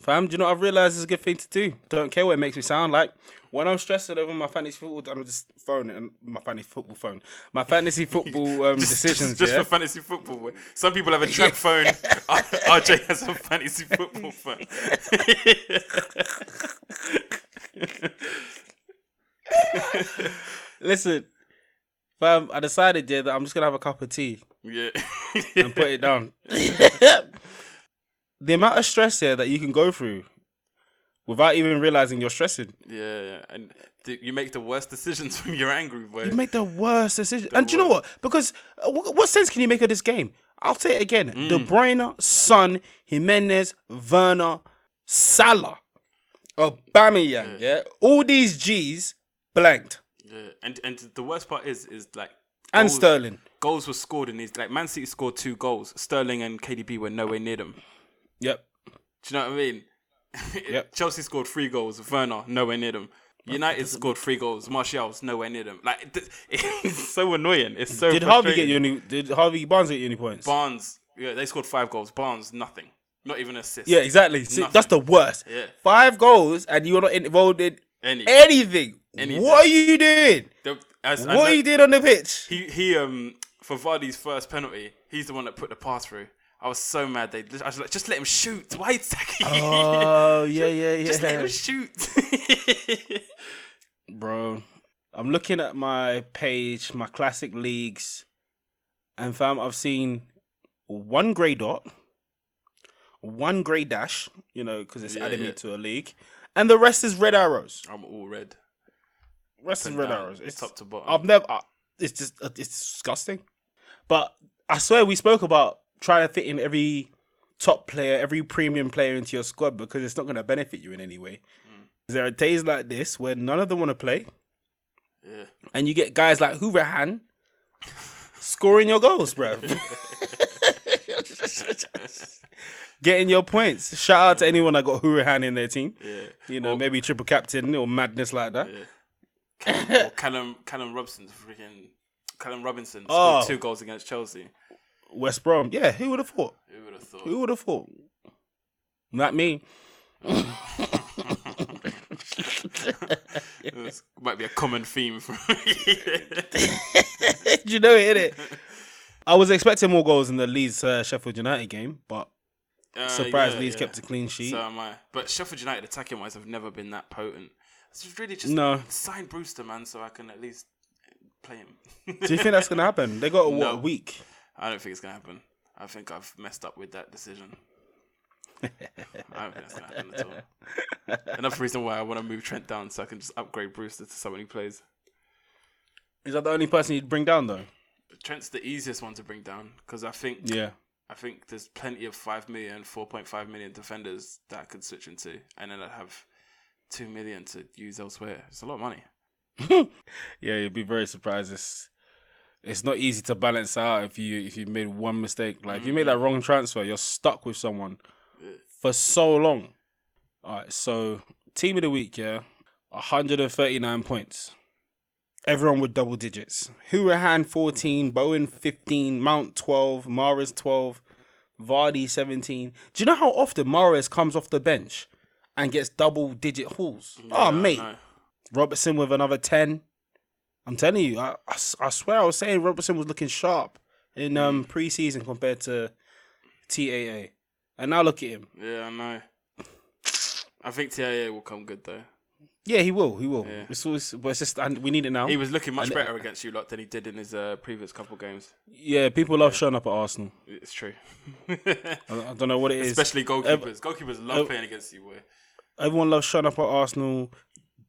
Speaker 1: Fam, do you know what I've realised is a good thing to do? Don't care what it makes me sound like. When I'm stressed over my fantasy football, I'm just phone and my fantasy football phone, my fantasy football um, decisions.
Speaker 2: Just, just
Speaker 1: yeah?
Speaker 2: for fantasy football. Some people have a trap phone. RJ has a fantasy football phone.
Speaker 1: Listen, fam, I decided yeah, that I'm just gonna have a cup of tea
Speaker 2: Yeah.
Speaker 1: and put it down. the amount of stress here that you can go through without even realizing you're stressing,
Speaker 2: yeah, yeah. And th- you make the worst decisions when you're angry,
Speaker 1: you
Speaker 2: boy.
Speaker 1: make the worst decision. and do you know what? Because uh, wh- what sense can you make of this game? I'll say it again: De Bruyne, Son, Jimenez, Werner, Salah, Aubameyang. Yeah, all these G's blanked
Speaker 2: Yeah. And and the worst part is is like
Speaker 1: and
Speaker 2: goals-
Speaker 1: Sterling.
Speaker 2: Goals were scored in these like Man City scored two goals. Sterling and KDB were nowhere near them.
Speaker 1: Yep.
Speaker 2: Do you know what I mean?
Speaker 1: Yep.
Speaker 2: Chelsea scored three goals. Werner nowhere near them. United scored three goals. Martial's nowhere near them. Like th- it's so annoying. It's so.
Speaker 1: Did Harvey
Speaker 2: frustrating.
Speaker 1: get you any? Did Harvey Barnes get you any points?
Speaker 2: Barnes, yeah, they scored five goals. Barnes, nothing. Not even an assist.
Speaker 1: Yeah, exactly. See, that's the worst.
Speaker 2: Yeah.
Speaker 1: Five goals and you're not involved in
Speaker 2: Any.
Speaker 1: anything.
Speaker 2: Anything.
Speaker 1: What are you doing?
Speaker 2: The- as- I know-
Speaker 1: Eh. What you did on the pitch?
Speaker 2: he, he, um, for Vardy's first penalty, he's the one that put the pass through. I was so mad. They, I was like, just let him shoot. Why are you attacking?
Speaker 1: Oh yeah, yeah, yeah.
Speaker 2: just let him shoot.
Speaker 1: Bro, I'm looking at my page, my classic leagues, and fam, I've seen one grey dot, one grey dash, you know, because it's
Speaker 2: Yeah,
Speaker 1: adding
Speaker 2: yeah.
Speaker 1: me to a league, and the rest is red arrows.
Speaker 2: I'm all red.
Speaker 1: Rest is red
Speaker 2: down,
Speaker 1: arrows. It's
Speaker 2: top to bottom.
Speaker 1: I've never. I- It's just. uh, It's disgusting. But I swear we spoke about trying to fit in every top player, every premium player into your squad because it's not going to benefit you in any way. There are days like this where none of them want to play,
Speaker 2: Yeah.
Speaker 1: and you get guys like Hooverhan scoring your goals, bro. Getting your points. Shout out to anyone that got Hooverhan in their team.
Speaker 2: Yeah.
Speaker 1: You know, maybe triple captain or madness like that.
Speaker 2: Or Callum, Callum Robinson's freaking. Callum Robinson scored
Speaker 1: Oh.
Speaker 2: two goals against Chelsea.
Speaker 1: West Brom. Yeah, who would have thought?
Speaker 2: Who would have thought?
Speaker 1: Who would have thought? Not me.
Speaker 2: This might be a common theme from.
Speaker 1: you know it, innit? I was expecting more goals in the Leeds uh, Sheffield United game, but
Speaker 2: Uh,
Speaker 1: surprised
Speaker 2: yeah,
Speaker 1: Leeds
Speaker 2: yeah.
Speaker 1: kept a clean sheet.
Speaker 2: So am I. But Sheffield United attacking wise have never been that potent. It's just really just
Speaker 1: No.
Speaker 2: sign Brewster, man, so I can at least play him.
Speaker 1: Do you think that's gonna happen? They got what,
Speaker 2: No.
Speaker 1: a week.
Speaker 2: I don't think it's gonna happen. I think I've messed up with that decision. I don't think that's gonna happen at all. Another reason why I want to move Trent down so I can just upgrade Brewster to someone who plays.
Speaker 1: Is that the only person you'd bring down though?
Speaker 2: But Trent's the easiest one to bring down because I think
Speaker 1: Yeah.
Speaker 2: I think there's plenty of 5 million, 4.5 million defenders that I could switch into, and then I'd have 2 million to use elsewhere. It's a lot of money.
Speaker 1: yeah, you'd be very surprised. It's it's not easy to balance out if you if you made one mistake. Like if you made
Speaker 2: Mm.
Speaker 1: that wrong transfer, you're stuck with someone for so long. All right, so team of the week, yeah, 139 points. Everyone with double digits. Hurahan 14, Bowen 15, Mount 12, Mares 12, Vardy 17. Do you know how often Mares comes off the bench and gets double digit hauls? oh,
Speaker 2: Yeah, I
Speaker 1: mate.
Speaker 2: know.
Speaker 1: Robertson with another 10. I'm telling you, I, I s- I swear I was saying Robertson was looking sharp in
Speaker 2: Mm.
Speaker 1: um preseason compared to TAA. And now look at him.
Speaker 2: Yeah, I know. I think TIA will come good though.
Speaker 1: Yeah, he will. He will.
Speaker 2: Yeah.
Speaker 1: It's always, but it's just, and we need it now.
Speaker 2: He was looking
Speaker 1: uh,
Speaker 2: much better against you lot than he did in his uh, previous couple games.
Speaker 1: yeah, people love showing up at Arsenal.
Speaker 2: It's true.
Speaker 1: I, I don't know what it is.
Speaker 2: Especially goalkeepers. Goalkeepers
Speaker 1: Oh.
Speaker 2: love playing against you, boy.
Speaker 1: Everyone loves showing up at Arsenal.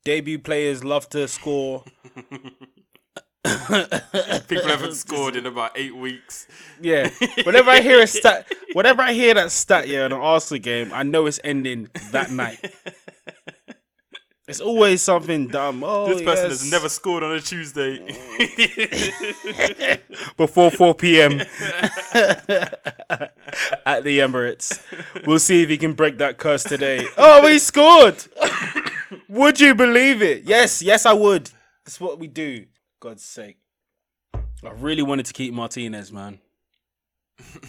Speaker 1: Debut players love to score.
Speaker 2: People haven't scored in about eight weeks.
Speaker 1: Yeah. Whenever I hear a stat, whenever I hear that stat, yeah, in an Arsenal game, I know it's ending that night. It's always something dumb. Oh,
Speaker 2: This person
Speaker 1: yes. Oh.
Speaker 2: has never scored on a Tuesday.
Speaker 1: before 4 p.m. at the Emirates. We'll see if he can break that curse today. Oh, he scored! would you believe it? Yes, yes, I would. That's what we do. God's sake. I really wanted to keep Martinez, man.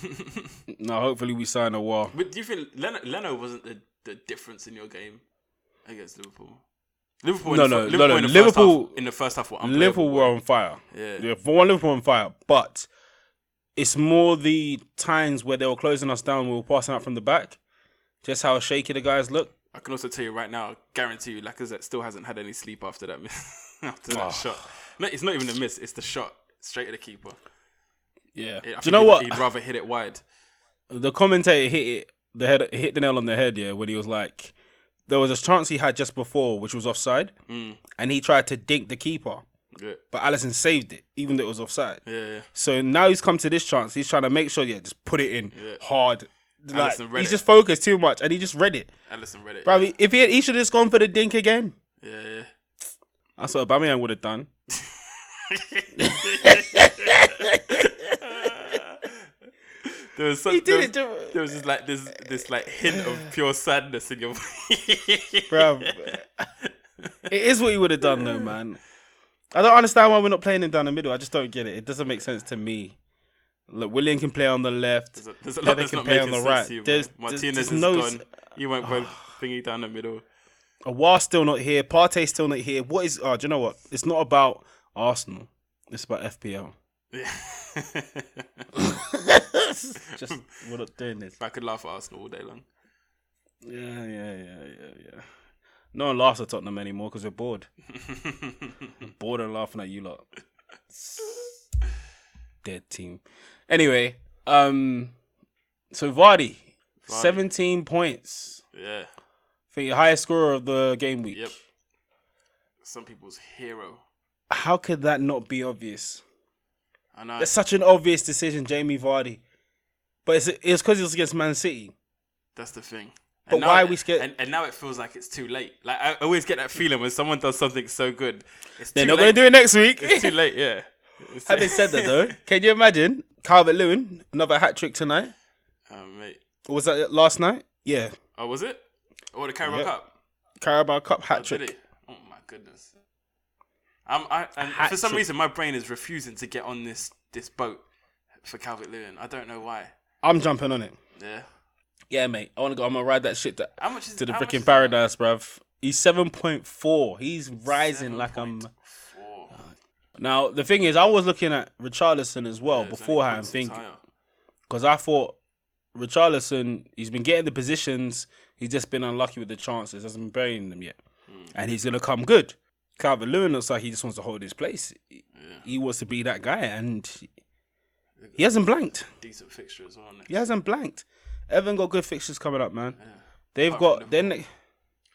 Speaker 1: no, hopefully we sign a wall.
Speaker 2: but do you think Leno, Leno wasn't the, the difference in your game against Liverpool? Liverpool,
Speaker 1: No,
Speaker 2: in the,
Speaker 1: no,
Speaker 2: fir-
Speaker 1: no, no.
Speaker 2: Liverpool, In, the
Speaker 1: Liverpool-
Speaker 2: first half, in the first half were unplayable.
Speaker 1: Liverpool were on fire.
Speaker 2: Yeah.
Speaker 1: for one, Liverpool were on fire. But it's more the times where they were closing us down, we were passing out from the back. Just how shaky the guys look.
Speaker 2: I can also tell you right now, I guarantee you, Lacazette still hasn't had any sleep after that miss, after
Speaker 1: Ah.
Speaker 2: that shot. No, it's not even a miss; it's the shot straight at the keeper.
Speaker 1: Yeah.
Speaker 2: I
Speaker 1: Do you
Speaker 2: think
Speaker 1: know
Speaker 2: he'd-
Speaker 1: what?
Speaker 2: He'd rather hit it wide.
Speaker 1: the commentator hit it, the head hit the nail on the head. Yeah, when he was like, there was a chance he had just before, which was offside,
Speaker 2: Mm.
Speaker 1: and he tried to dink the keeper,
Speaker 2: Yeah,
Speaker 1: but Allison saved it, even though it was offside.
Speaker 2: yeah. yeah.
Speaker 1: So now he's come to this chance. He's trying to make sure, yeah, just put it in hard. Like,
Speaker 2: Alisson read
Speaker 1: he's
Speaker 2: it.
Speaker 1: just focused too much, and he just read it.
Speaker 2: Allison read it.
Speaker 1: Bro, if he had, he should have just gone for the dink again.
Speaker 2: Yeah, yeah.
Speaker 1: That's what Aubameyang would have done.
Speaker 2: There was some,
Speaker 1: He
Speaker 2: there
Speaker 1: did
Speaker 2: was,
Speaker 1: it, to-
Speaker 2: There was this, like this this like hint of pure sadness in your.
Speaker 1: bro. it is what he would have done, though, man. I don't understand why we're not playing him down the middle. I just don't get it. It doesn't make sense to me. Look, William can play on the left.
Speaker 2: There's a- there's a
Speaker 1: Pepe
Speaker 2: lot that's
Speaker 1: can
Speaker 2: not
Speaker 1: play
Speaker 2: making sense to you.
Speaker 1: There's,
Speaker 2: There's,
Speaker 1: there's-
Speaker 2: Martinez
Speaker 1: there's
Speaker 2: is
Speaker 1: no.
Speaker 2: gone. You won't play thingy down the middle.
Speaker 1: Awar's still not here. Partey's still not here. What is? Oh, do you know what? It's not about Arsenal. It's about FPL. Just we're not doing this.
Speaker 2: I could laugh at Arsenal all day long.
Speaker 1: Yeah, yeah, yeah, yeah, yeah. No one laughs at Tottenham anymore because we're bored. bored and laughing at you lot. Dead team. Anyway, um, so Vardy, seventeen points.
Speaker 2: Yeah.
Speaker 1: I think highest scorer of the game week.
Speaker 2: Yep. Some people's hero.
Speaker 1: How could that not be obvious?
Speaker 2: I know.
Speaker 1: That's such an obvious decision, Jamie Vardy. But it's it's because it was against Man City.
Speaker 2: That's the thing.
Speaker 1: But
Speaker 2: now
Speaker 1: why
Speaker 2: it-
Speaker 1: are we scared-
Speaker 2: And, and now it feels like it's too late. Like I always get that feeling when someone does something so good, it's
Speaker 1: They're
Speaker 2: too
Speaker 1: not going
Speaker 2: late.
Speaker 1: to do it next week.
Speaker 2: It's too late. Yeah. It's too-
Speaker 1: Having said that, though, can you imagine Calvert Lewin another hat trick tonight?
Speaker 2: Oh, mate.
Speaker 1: Or was that last night? Yeah,
Speaker 2: Oh, was it? Oh, the Carabao
Speaker 1: Yep.
Speaker 2: Cup.
Speaker 1: Carabao Cup hat
Speaker 2: Did
Speaker 1: trick.
Speaker 2: it? Oh my goodness. I'm, I and for some
Speaker 1: Hat-trick.
Speaker 2: reason my brain is refusing to get on this this boat for Calvert Lewin. I don't know why.
Speaker 1: I'm jumping on it.
Speaker 2: Yeah.
Speaker 1: Yeah, mate. I want to go. I'm gonna ride that shit to,
Speaker 2: How much is
Speaker 1: to the
Speaker 2: how much
Speaker 1: freaking
Speaker 2: is-
Speaker 1: paradise, bruv. He's seven point four. He's rising like I'm.
Speaker 2: Four.
Speaker 1: Uh, Now the thing is, I was looking at Richarlison as well
Speaker 2: There's only
Speaker 1: beforehand,
Speaker 2: points
Speaker 1: thinking
Speaker 2: higher.
Speaker 1: because I thought Richarlison, he's been getting the positions, he's just been unlucky with the chances, hasn't been burying them yet,
Speaker 2: Hmm.
Speaker 1: and he's gonna come good. Calvert Lewin looks like he just wants to hold his place. He- He wants to be that guy, and he hasn't blanked.
Speaker 2: decent fixture as well. Isn't it?
Speaker 1: He hasn't blanked. Everton got good fixtures coming up, man.
Speaker 2: Yeah.
Speaker 1: They've got
Speaker 2: Apart from
Speaker 1: then.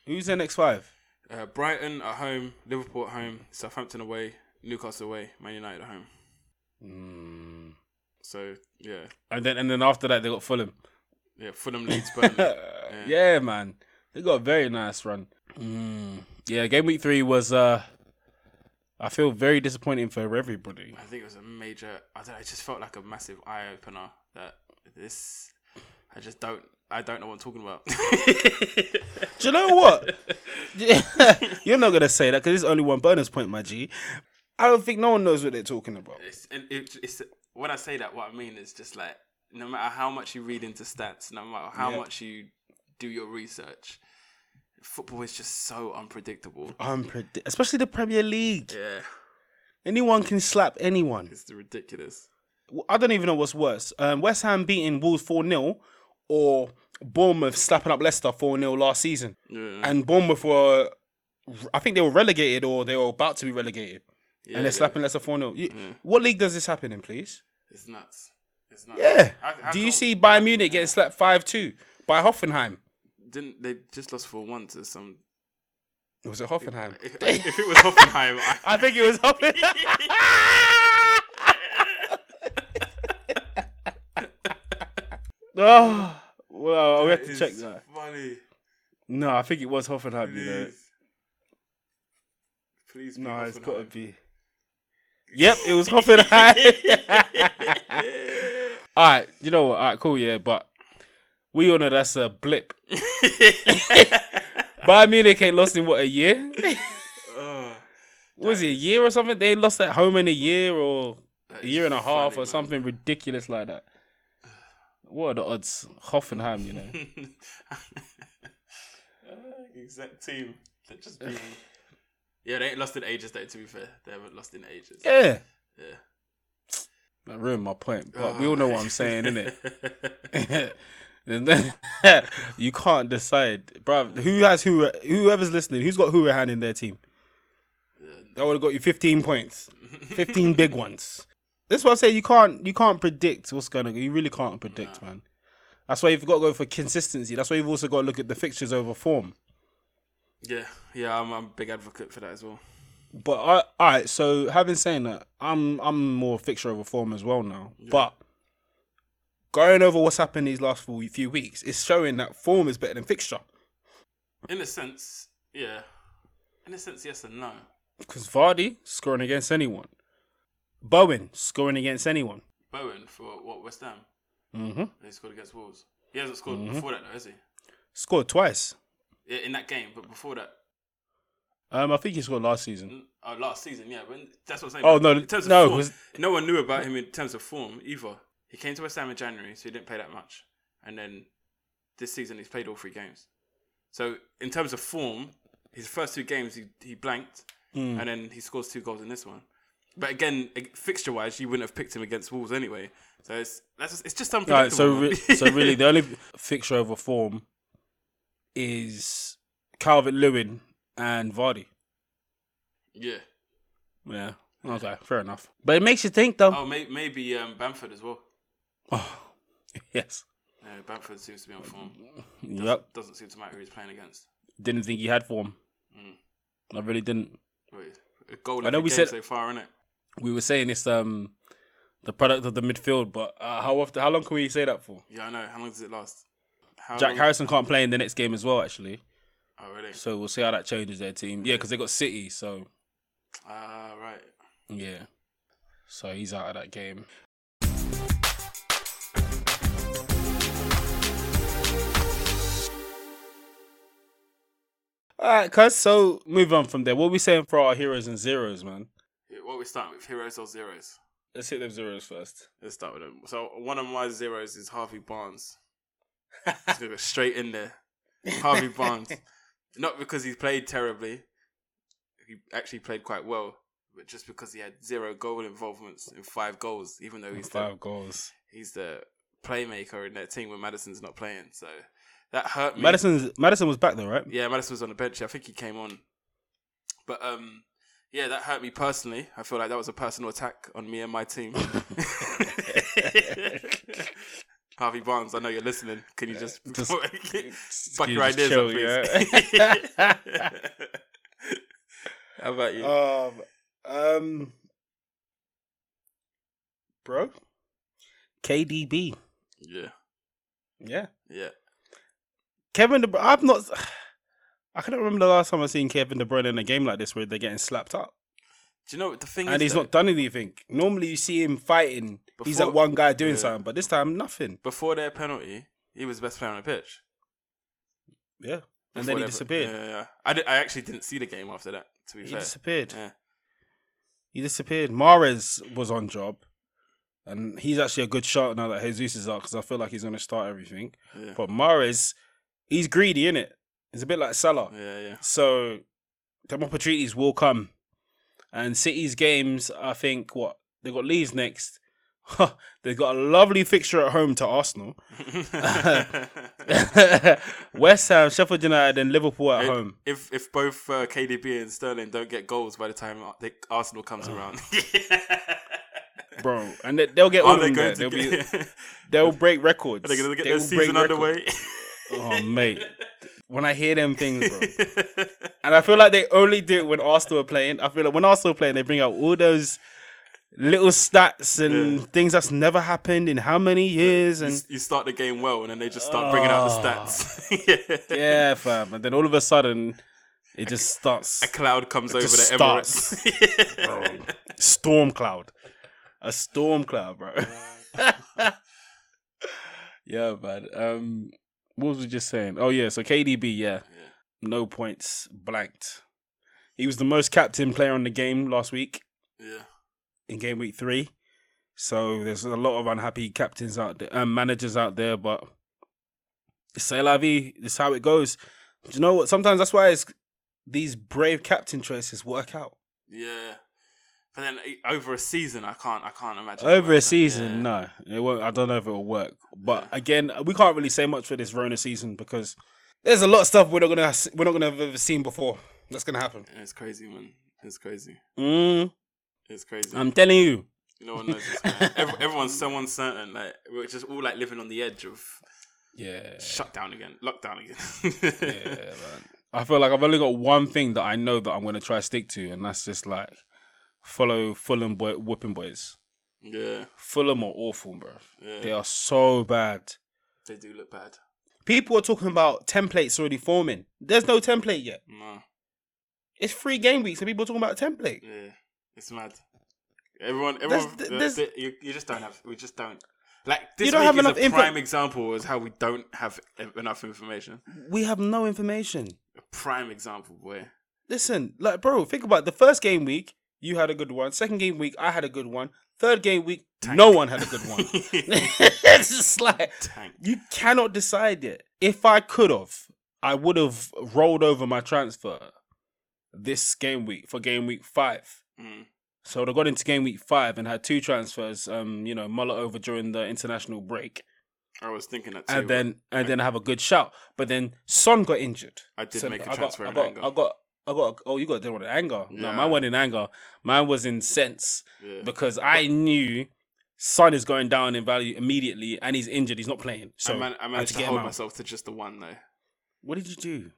Speaker 1: Who's their next five?
Speaker 2: Uh, Brighton at home, Liverpool at home, Southampton away, Newcastle away, Man United at home.
Speaker 1: Mm.
Speaker 2: So yeah,
Speaker 1: And then and then after that they got Fulham.
Speaker 2: yeah, Fulham leads Burnley.
Speaker 1: yeah. man. They got a very nice run. Mm. Yeah, game week three was. uh I feel very disappointing for everybody.
Speaker 2: I think it was a major. I don't. know, It just felt like a massive eye opener that this. I just don't. I don't know what I'm talking about.
Speaker 1: Do you know what? You're not gonna say that because it's only one bonus point, my G. I don't think no one knows what they're talking about.
Speaker 2: it's, and it, it's when I say that, what I mean is just like no matter how much you read into stats, no matter how
Speaker 1: Yeah.
Speaker 2: much you do your research, football is just so unpredictable.
Speaker 1: Oh. Unpredict- especially the Premier League.
Speaker 2: Yeah,
Speaker 1: Anyone can slap anyone.
Speaker 2: it's ridiculous.
Speaker 1: Well, I don't even know what's worse. Um, West Ham beating Wolves 4 0 or Bournemouth slapping up Leicester 4 0 last season.
Speaker 2: Yeah.
Speaker 1: And Bournemouth were, I think they were relegated or they were about to be relegated.
Speaker 2: Yeah,
Speaker 1: and they're
Speaker 2: yeah.
Speaker 1: slapping Leicester 4 0.
Speaker 2: Yeah.
Speaker 1: What league does this happen in, please?
Speaker 2: It's nuts. It's nuts.
Speaker 1: Yeah.
Speaker 2: How- how
Speaker 1: Do you
Speaker 2: come-
Speaker 1: see Bayern Munich getting slapped 5 2 by Hoffenheim?
Speaker 2: Didn't they just lost for one to some?
Speaker 1: Was it Hoffenheim?
Speaker 2: If, if it was Hoffenheim, I,
Speaker 1: I think it was Hoffenheim. oh, well, we have to check
Speaker 2: It's
Speaker 1: that.
Speaker 2: Funny.
Speaker 1: No, I think it was Hoffenheim, you know.
Speaker 2: Please. Please. be
Speaker 1: No, it's got to
Speaker 2: Hoffenheim.
Speaker 1: be. Yep, it was Hoffenheim. all right, you know what? All right, cool, yeah, but we all know that's a blip. Bayern Munich ain't lost in what a year?
Speaker 2: Ugh.
Speaker 1: What Was it a year or something? They lost at home in a year or
Speaker 2: That
Speaker 1: a
Speaker 2: is
Speaker 1: year and a half
Speaker 2: funny,
Speaker 1: or
Speaker 2: man.
Speaker 1: something ridiculous like that. What are the odds? Hoffenheim, you
Speaker 2: Uh,
Speaker 1: know.
Speaker 2: exact team. They're just being. Yeah, they ain't lost in ages. Though, to be fair, they haven't lost in ages.
Speaker 1: Yeah.
Speaker 2: Yeah.
Speaker 1: That ruined my point, but we all know what I'm saying, innit? And then you can't decide, bro. Who has who? Whoever's listening, who's got Hurahan in their team? That would have got you 15 points, 15 big ones. That's what I'm saying. You can't you can't predict what's going to. You really can't predict, man. That's why you've got to go for consistency. That's why you've also got to look at the fixtures over form.
Speaker 2: Yeah, yeah, I'm, I'm a big advocate for that as well.
Speaker 1: But I, all right. So having saying that, I'm I'm more fixture over form as well now. But going over what's happened these last few few weeks, it's showing that form is better than fixture.
Speaker 2: In a sense, yeah. In a sense, yes and no.
Speaker 1: Because Vardy scoring against anyone, Bowen scoring against anyone.
Speaker 2: Bowen for what West Ham?
Speaker 1: Mm-hmm.
Speaker 2: They scored against Wolves. He hasn't scored before that, though, has he?
Speaker 1: Scored twice.
Speaker 2: Yeah, in that game, but before that,
Speaker 1: Um, I think he scored last season.
Speaker 2: mm, oh, last season, yeah. When that's what I'm saying.
Speaker 1: Oh,
Speaker 2: but
Speaker 1: no,
Speaker 2: in terms of
Speaker 1: no, it
Speaker 2: form,
Speaker 1: was-
Speaker 2: no one knew about him in terms of form either. He came to West Ham in January, so he didn't play that much, and then this season he's played all three games. So in terms of form, his first two games he he blanked,
Speaker 1: Hmm.
Speaker 2: and then he scores two goals in this one. But again, fixture wise, you wouldn't have picked him against Wolves anyway. So it's that's just, it's just
Speaker 1: All
Speaker 2: unpredictable.
Speaker 1: right. So
Speaker 2: man.
Speaker 1: re- so really, the only fixture over form is Calvert Lewin and Vardy.
Speaker 2: yeah.
Speaker 1: Yeah. Okay. Fair enough. But it makes you think, though. Oh,
Speaker 2: Oh, may- maybe um, Bamford as well.
Speaker 1: Yes.
Speaker 2: Uh, Bamford seems to be on form.
Speaker 1: Yep.
Speaker 2: Doesn't seem to matter who he's playing against.
Speaker 1: Didn't think he had form.
Speaker 2: Mm.
Speaker 1: I really didn't.
Speaker 2: Wait, a goal
Speaker 1: I know we
Speaker 2: every game
Speaker 1: said-
Speaker 2: so far, innit?
Speaker 1: We were saying it's um the product of the midfield, but uh, how often? How long can we say that for?
Speaker 2: Yeah, I know. How long does it last? How
Speaker 1: Jack
Speaker 2: long-
Speaker 1: Harrison can't play in the next game as well, actually.
Speaker 2: Oh, really?
Speaker 1: So we'll see how that changes their team. Yeah, because they got City, so
Speaker 2: Ah, right.
Speaker 1: yeah. So he's out of that game. All right, cuz. So move on from there. What are we saying for our heroes and zeros, man?
Speaker 2: Yeah, What we starting with? Heroes or zeros?
Speaker 1: Let's hit them zeros first.
Speaker 2: Let's start with them. So one of my zeros is Harvey Barnes. Just gonna go straight in there. Harvey Barnes. Not because he's played terribly. He actually played quite well, but just because he had zero goal involvements in five goals, even though he's the,
Speaker 1: Five goals.
Speaker 2: he's the playmaker in that team when Madison's not playing. So that hurt me.
Speaker 1: Madison's Madison was back though, right?
Speaker 2: Yeah, Madison was on the bench. I think he came on. But um, yeah, that hurt me personally. I feel like that was a personal attack on me and my team. Harvey Barnes, I know you're listening. Can you just,
Speaker 1: Just-
Speaker 2: fuck
Speaker 1: you
Speaker 2: your
Speaker 1: just
Speaker 2: ideas up,
Speaker 1: chill,
Speaker 2: please? How about you?
Speaker 1: Um, um, bro, KDB.
Speaker 2: yeah,
Speaker 1: Yeah,
Speaker 2: yeah.
Speaker 1: Kevin. De Bru- I've not. I can't remember the last time I've seen Kevin De Bruyne in a game like this where they're getting slapped up
Speaker 2: Do you know what the thing is?
Speaker 1: and he's
Speaker 2: though?
Speaker 1: not done anything. Normally, you see him fighting. he's
Speaker 2: Before-
Speaker 1: that one guy doing
Speaker 2: yeah.
Speaker 1: something, but this time nothing.
Speaker 2: Before their penalty, he was the best player on the pitch.
Speaker 1: Yeah, and
Speaker 2: Before
Speaker 1: then he
Speaker 2: their-
Speaker 1: disappeared.
Speaker 2: Yeah, yeah, yeah. I, di- I actually didn't see the game after that. To be
Speaker 1: He
Speaker 2: fair,
Speaker 1: disappeared.
Speaker 2: yeah.
Speaker 1: He disappeared. Mares was on job, and he's actually a good shot now that Jesus is out because I feel like he's going to start everything.
Speaker 2: Yeah.
Speaker 1: But Mares, he's greedy, innit? It's a bit like Salah.
Speaker 2: yeah, yeah,
Speaker 1: So, them opportunities will come. And City's games, I think, what? They got Leeds next. They've got a lovely fixture at home to Arsenal. West Ham, Sheffield United, and Liverpool at
Speaker 2: It-
Speaker 1: home.
Speaker 2: if if both uh, KDB and Sterling don't get goals by the time Ar- they, Arsenal
Speaker 1: Ah.
Speaker 2: comes around,
Speaker 1: Bro, and they, they'll get all
Speaker 2: are
Speaker 1: of
Speaker 2: they
Speaker 1: them there.
Speaker 2: going to
Speaker 1: They'll, be,
Speaker 2: get?
Speaker 1: they'll break records.
Speaker 2: are they going to get
Speaker 1: They
Speaker 2: their
Speaker 1: will break
Speaker 2: season
Speaker 1: records.
Speaker 2: underway?
Speaker 1: Oh, mate. When I hear them things, bro. And I feel like they only do it when Arsenal are playing. I feel like when Arsenal are playing, they bring out all those little stats and things that's never happened in how many years. And
Speaker 2: you start the game well, and then they just start bringing out the
Speaker 1: Ah.
Speaker 2: stats. yeah.
Speaker 1: yeah, fam. And then all of a sudden, it just starts
Speaker 2: A cloud comes over
Speaker 1: just
Speaker 2: the
Speaker 1: starts.
Speaker 2: Emirates.
Speaker 1: bro. storm cloud, a storm cloud, bro. yeah, man. Um, what was we just saying? Oh yeah, so KDB, yeah,
Speaker 2: Yeah.
Speaker 1: no points blanked. He was the most captain player on the game last week.
Speaker 2: yeah,
Speaker 1: in game week three. So there's a lot of unhappy captains out there, um, managers out there, but c'est la vie. It's how it goes. Do you know what? Sometimes that's why it's, these brave captain choices work out.
Speaker 2: yeah. But then eh, over a season, I can't, I can't imagine. it
Speaker 1: Over a
Speaker 2: working.
Speaker 1: season,
Speaker 2: Yeah.
Speaker 1: no, it won't. I don't know if it'll work. But again, we can't really say much for this Rona season because there's a lot of stuff we're not gonna we're not gonna have ever seen before. That's gonna happen.
Speaker 2: It's crazy, man. It's crazy.
Speaker 1: Mm,
Speaker 2: It's crazy.
Speaker 1: I'm telling you.
Speaker 2: no one knows. This, man. Every, everyone's so uncertain. Like we're just all like living on the edge of
Speaker 1: Yeah.
Speaker 2: shutdown again, lockdown again.
Speaker 1: yeah, man. I feel like I've only got one thing that I know that I'm gonna try to stick to, and that's just like follow Fulham boy, whooping boys.
Speaker 2: yeah,
Speaker 1: Fulham are awful, bro.
Speaker 2: yeah.
Speaker 1: They are so bad.
Speaker 2: They do look bad.
Speaker 1: People are talking about templates already forming. There's no template yet.
Speaker 2: No,
Speaker 1: It's three game weeks, and people are talking about a template.
Speaker 2: yeah, it's mad. Everyone,
Speaker 1: There's-
Speaker 2: everyone,
Speaker 1: th-
Speaker 2: the-
Speaker 1: there's-
Speaker 2: the- you, you just don't have. We just don't. Like this
Speaker 1: don't
Speaker 2: week
Speaker 1: have
Speaker 2: is
Speaker 1: enough
Speaker 2: a
Speaker 1: info-
Speaker 2: prime example is how we don't have en- enough information.
Speaker 1: We have no information.
Speaker 2: A prime example, boy.
Speaker 1: Listen, like, bro, think about it. the first game week. You had a good one. Second game week, I had a good one. Third game week, no one had a good one. it's just like
Speaker 2: Tank.
Speaker 1: You cannot decide it. If I could have, I would have rolled over my transfer this game week for game week five.
Speaker 2: Mm.
Speaker 1: So I would have got into game week five and had two transfers. Um, you know, muller over during the international break,
Speaker 2: I was thinking that too.
Speaker 1: and then and then have a good shout. But then Son got injured.
Speaker 2: I did
Speaker 1: So
Speaker 2: make a
Speaker 1: I
Speaker 2: transfer
Speaker 1: Got, I
Speaker 2: in
Speaker 1: got,
Speaker 2: anger.
Speaker 1: I got. I got. Oh, you got deal with anger. No,
Speaker 2: Yeah.
Speaker 1: mine wasn't in anger. Mine was in sense
Speaker 2: yeah.
Speaker 1: because I knew Son is going down in value immediately, and he's injured. He's not playing. So
Speaker 2: I, man- I managed
Speaker 1: to
Speaker 2: to
Speaker 1: get him
Speaker 2: hold
Speaker 1: out.
Speaker 2: myself to just the one though.
Speaker 1: what did you do?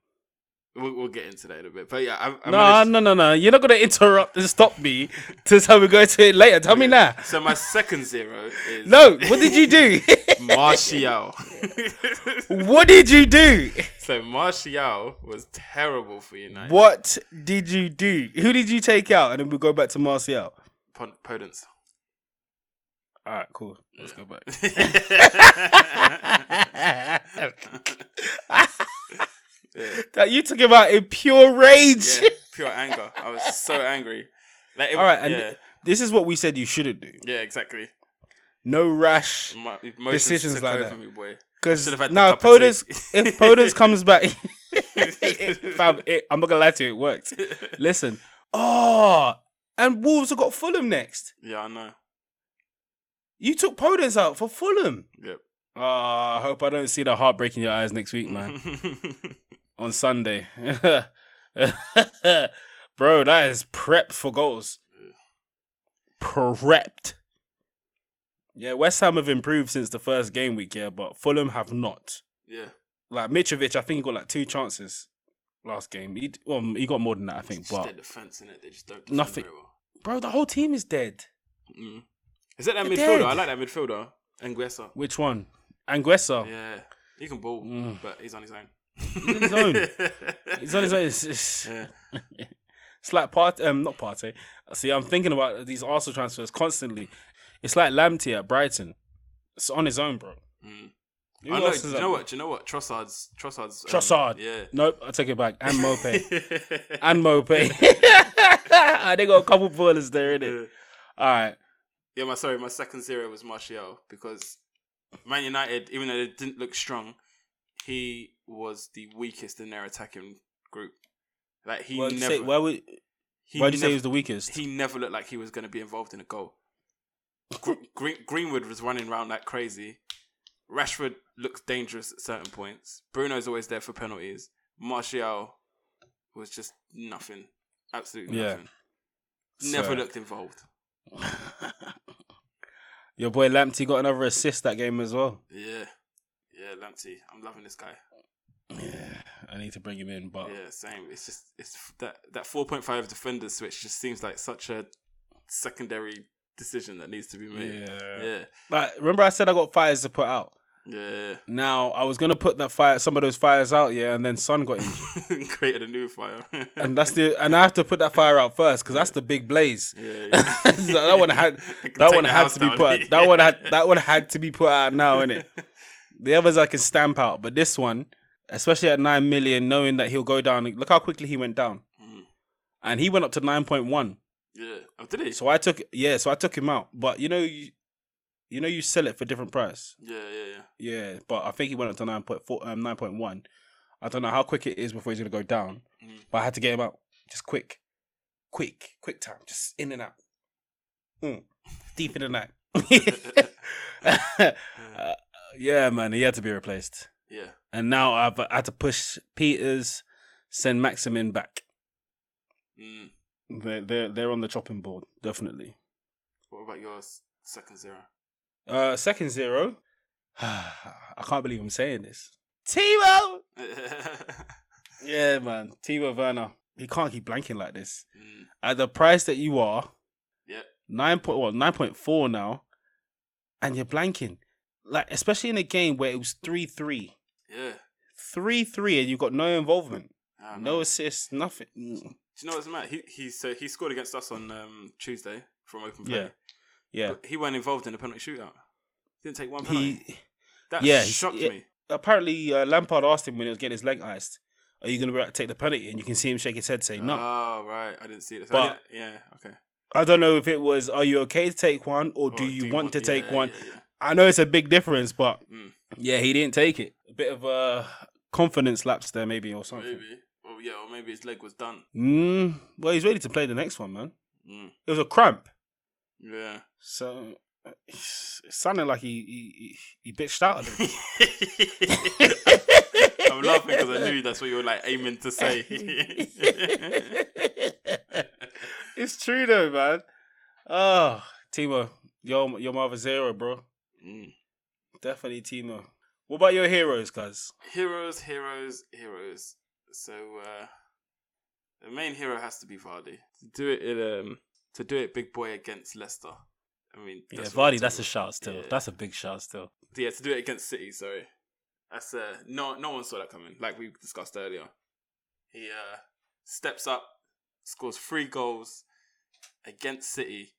Speaker 2: We'll, we'll get into that in a bit, but yeah, I, I
Speaker 1: No,
Speaker 2: managed-
Speaker 1: no, no, no. You're not going to interrupt and stop me to how we go to it later. Tell me now.
Speaker 2: So my second zero is
Speaker 1: No, what did you do?
Speaker 2: Martial.
Speaker 1: what did you do?
Speaker 2: so Martial was terrible for United.
Speaker 1: What did you do? Who did you take out? And then we go back to Martial.
Speaker 2: Pon- Podence.
Speaker 1: All right, cool. Let's go
Speaker 2: yeah.
Speaker 1: back. that you took him out in pure rage.
Speaker 2: yeah, pure anger. I was so angry. Like, it,
Speaker 1: All right, and
Speaker 2: yeah,
Speaker 1: this is what we said you shouldn't do.
Speaker 2: yeah, exactly.
Speaker 1: No rash,
Speaker 2: My
Speaker 1: Decisions
Speaker 2: decisions took
Speaker 1: like
Speaker 2: over
Speaker 1: that.
Speaker 2: me, boy.
Speaker 1: because
Speaker 2: Should've had the
Speaker 1: now
Speaker 2: cup Mm. of tea.
Speaker 1: Podence. If Podence comes back, Fam, it, I'm not gonna lie to you, it worked. Listen, oh, and Wolves have got Fulham next.
Speaker 2: yeah, I know.
Speaker 1: You took Podence out for Fulham.
Speaker 2: Yep.
Speaker 1: Oh, I hope I don't see the heartbreak in your eyes next week, man, on Sunday. Bro, that is prepped for goals. Prepped. Yeah, West Ham have improved since the first game week, yeah, but Fulham have not.
Speaker 2: Yeah.
Speaker 1: Like Mitrovic, I think he got like two chances last game. He well, he got more than that, I think.
Speaker 2: It's just their
Speaker 1: But
Speaker 2: defense in it. They just don't. Defend
Speaker 1: Nothing.
Speaker 2: Very well.
Speaker 1: bro, the whole team is dead.
Speaker 2: Mm. Is that that
Speaker 1: They're
Speaker 2: midfielder?
Speaker 1: dead.
Speaker 2: I like that midfielder. Anguissa.
Speaker 1: Which one? Anguissa.
Speaker 2: Yeah, he can ball,
Speaker 1: Mm.
Speaker 2: but he's on his own.
Speaker 1: on his own. He's on his own. It's, it's,
Speaker 2: Yeah.
Speaker 1: it's like part um not party. See, I'm thinking about these Arsenal transfers constantly. It's like Lamptey at Brighton. It's on his own, bro.
Speaker 2: Mm.
Speaker 1: Who
Speaker 2: I know,
Speaker 1: else
Speaker 2: do
Speaker 1: is
Speaker 2: you
Speaker 1: up
Speaker 2: know
Speaker 1: there?
Speaker 2: what? Do you know what? Trossard's Trossard's. um,
Speaker 1: Trossard.
Speaker 2: yeah.
Speaker 1: Nope, I take it back. And Mope.
Speaker 2: and
Speaker 1: and Mope. Ah, they got a couple ballers there, innit?
Speaker 2: yeah.
Speaker 1: All right.
Speaker 2: yeah, my sorry, my second zero was Martial because Man United, even though they didn't look strong, he was the weakest in their attacking group. Like he
Speaker 1: Why'd you
Speaker 2: never.
Speaker 1: say, why would,
Speaker 2: he
Speaker 1: why'd you say he
Speaker 2: never-
Speaker 1: was the weakest?
Speaker 2: he never looked like he was going to be involved in a goal. Gre- Green, Greenwood was running around like crazy. Rashford looks dangerous at certain points. Bruno's always there for penalties. Martial was just nothing. Absolutely
Speaker 1: Yeah.
Speaker 2: nothing. Never
Speaker 1: So-
Speaker 2: looked involved.
Speaker 1: Your boy Lamptey got another assist that game as well.
Speaker 2: Yeah. Yeah, Lamptey. I'm loving this guy.
Speaker 1: Yeah, I need to bring him in, but
Speaker 2: Yeah, same. It's just it's f- that that 4.5 defender switch just seems like such a secondary decision that needs to be made.
Speaker 1: Yeah.
Speaker 2: Yeah.
Speaker 1: Like, remember I said I got fires to put out.
Speaker 2: Yeah.
Speaker 1: Now I was gonna put that fire, some of those fires out, yeah, and then Son got injured,
Speaker 2: Created a new fire.
Speaker 1: and that's the, and I have to put that fire out first because that's the big blaze.
Speaker 2: Yeah,
Speaker 1: So that one had, that one had to be put, out. that one had, that one had to be put out now, innit? The others I can stamp out, but this one, especially at nine million, knowing that he'll go down. Look how quickly he went down,
Speaker 2: Mm.
Speaker 1: and he went up to nine point one.
Speaker 2: yeah. Oh, did he?
Speaker 1: So I took yeah, so I took him out. But you know you, you know you sell it for different price.
Speaker 2: yeah, yeah, yeah.
Speaker 1: Yeah, but I think he went up to nine point four um nine point one. I don't know how quick it is before he's gonna go down.
Speaker 2: Mm.
Speaker 1: But I had to get him out. Just quick. Quick, quick time. Just in and out. Mm. Deep in the night. Uh, yeah, man, he had to be replaced.
Speaker 2: yeah.
Speaker 1: And now I've had to push Peters, send Maximin back.
Speaker 2: Mm.
Speaker 1: They're they're they're on the chopping board, definitely.
Speaker 2: What about yours? Second zero.
Speaker 1: Uh, second zero. I can't believe I'm saying this. Timo.
Speaker 2: mm.
Speaker 1: Yeah, man. Timo Werner. He can't keep blanking like this. At the price that you are,
Speaker 2: Yeah.
Speaker 1: nine point well nine point four now, and you're blanking. Like especially in a game where it was three three.
Speaker 2: Yeah.
Speaker 1: Three three and you got no involvement,
Speaker 2: I don't
Speaker 1: no
Speaker 2: know.
Speaker 1: assists, nothing. Mm.
Speaker 2: Do you know what's mad? He he so he scored against us on um, Tuesday from open play.
Speaker 1: Yeah. Yeah,
Speaker 2: But he weren't involved in the penalty shootout. Didn't take one penalty.
Speaker 1: he
Speaker 2: that
Speaker 1: yeah, he-
Speaker 2: shocked
Speaker 1: yeah.
Speaker 2: me.
Speaker 1: apparently uh, Lampard asked him when he was getting his leg iced, "Are you going to take the penalty?" And you can see him shake his head, saying, "No."
Speaker 2: Oh right, I didn't see it. So I
Speaker 1: But-
Speaker 2: didn't- yeah, okay.
Speaker 1: I don't know if it was, are you okay to take one or do
Speaker 2: Or
Speaker 1: you want to
Speaker 2: yeah,
Speaker 1: take
Speaker 2: yeah,
Speaker 1: one?
Speaker 2: yeah,
Speaker 1: I know it's a big difference, but
Speaker 2: Mm.
Speaker 1: yeah, he didn't take it. A bit of a confidence lapse there, maybe, or
Speaker 2: yeah.
Speaker 1: something.
Speaker 2: Maybe. Well, yeah, or maybe his leg was done.
Speaker 1: Mm, well, he's ready to play the next one, man.
Speaker 2: Mm.
Speaker 1: It was a cramp.
Speaker 2: Yeah.
Speaker 1: So uh, it's- it sounded like he, he, he bitched out a little.
Speaker 2: I'm laughing because I knew that's what you were like aiming to say.
Speaker 1: it's true, though, man. Oh, Timo, your, your mother zero, bro.
Speaker 2: Mm.
Speaker 1: Definitely Timo. What about your heroes, guys?
Speaker 2: Heroes, heroes, heroes. So uh, the main hero has to be Vardy. To do it, in, um, to do it, big boy against Leicester. I mean,
Speaker 1: Yeah,
Speaker 2: what-
Speaker 1: Vardy, that's a shout still.
Speaker 2: Yeah.
Speaker 1: That's a big shout still.
Speaker 2: yeah. To do it against City, sorry. That's uh, no, no one saw that coming. Like we discussed earlier, he uh, steps up, scores three goals against City.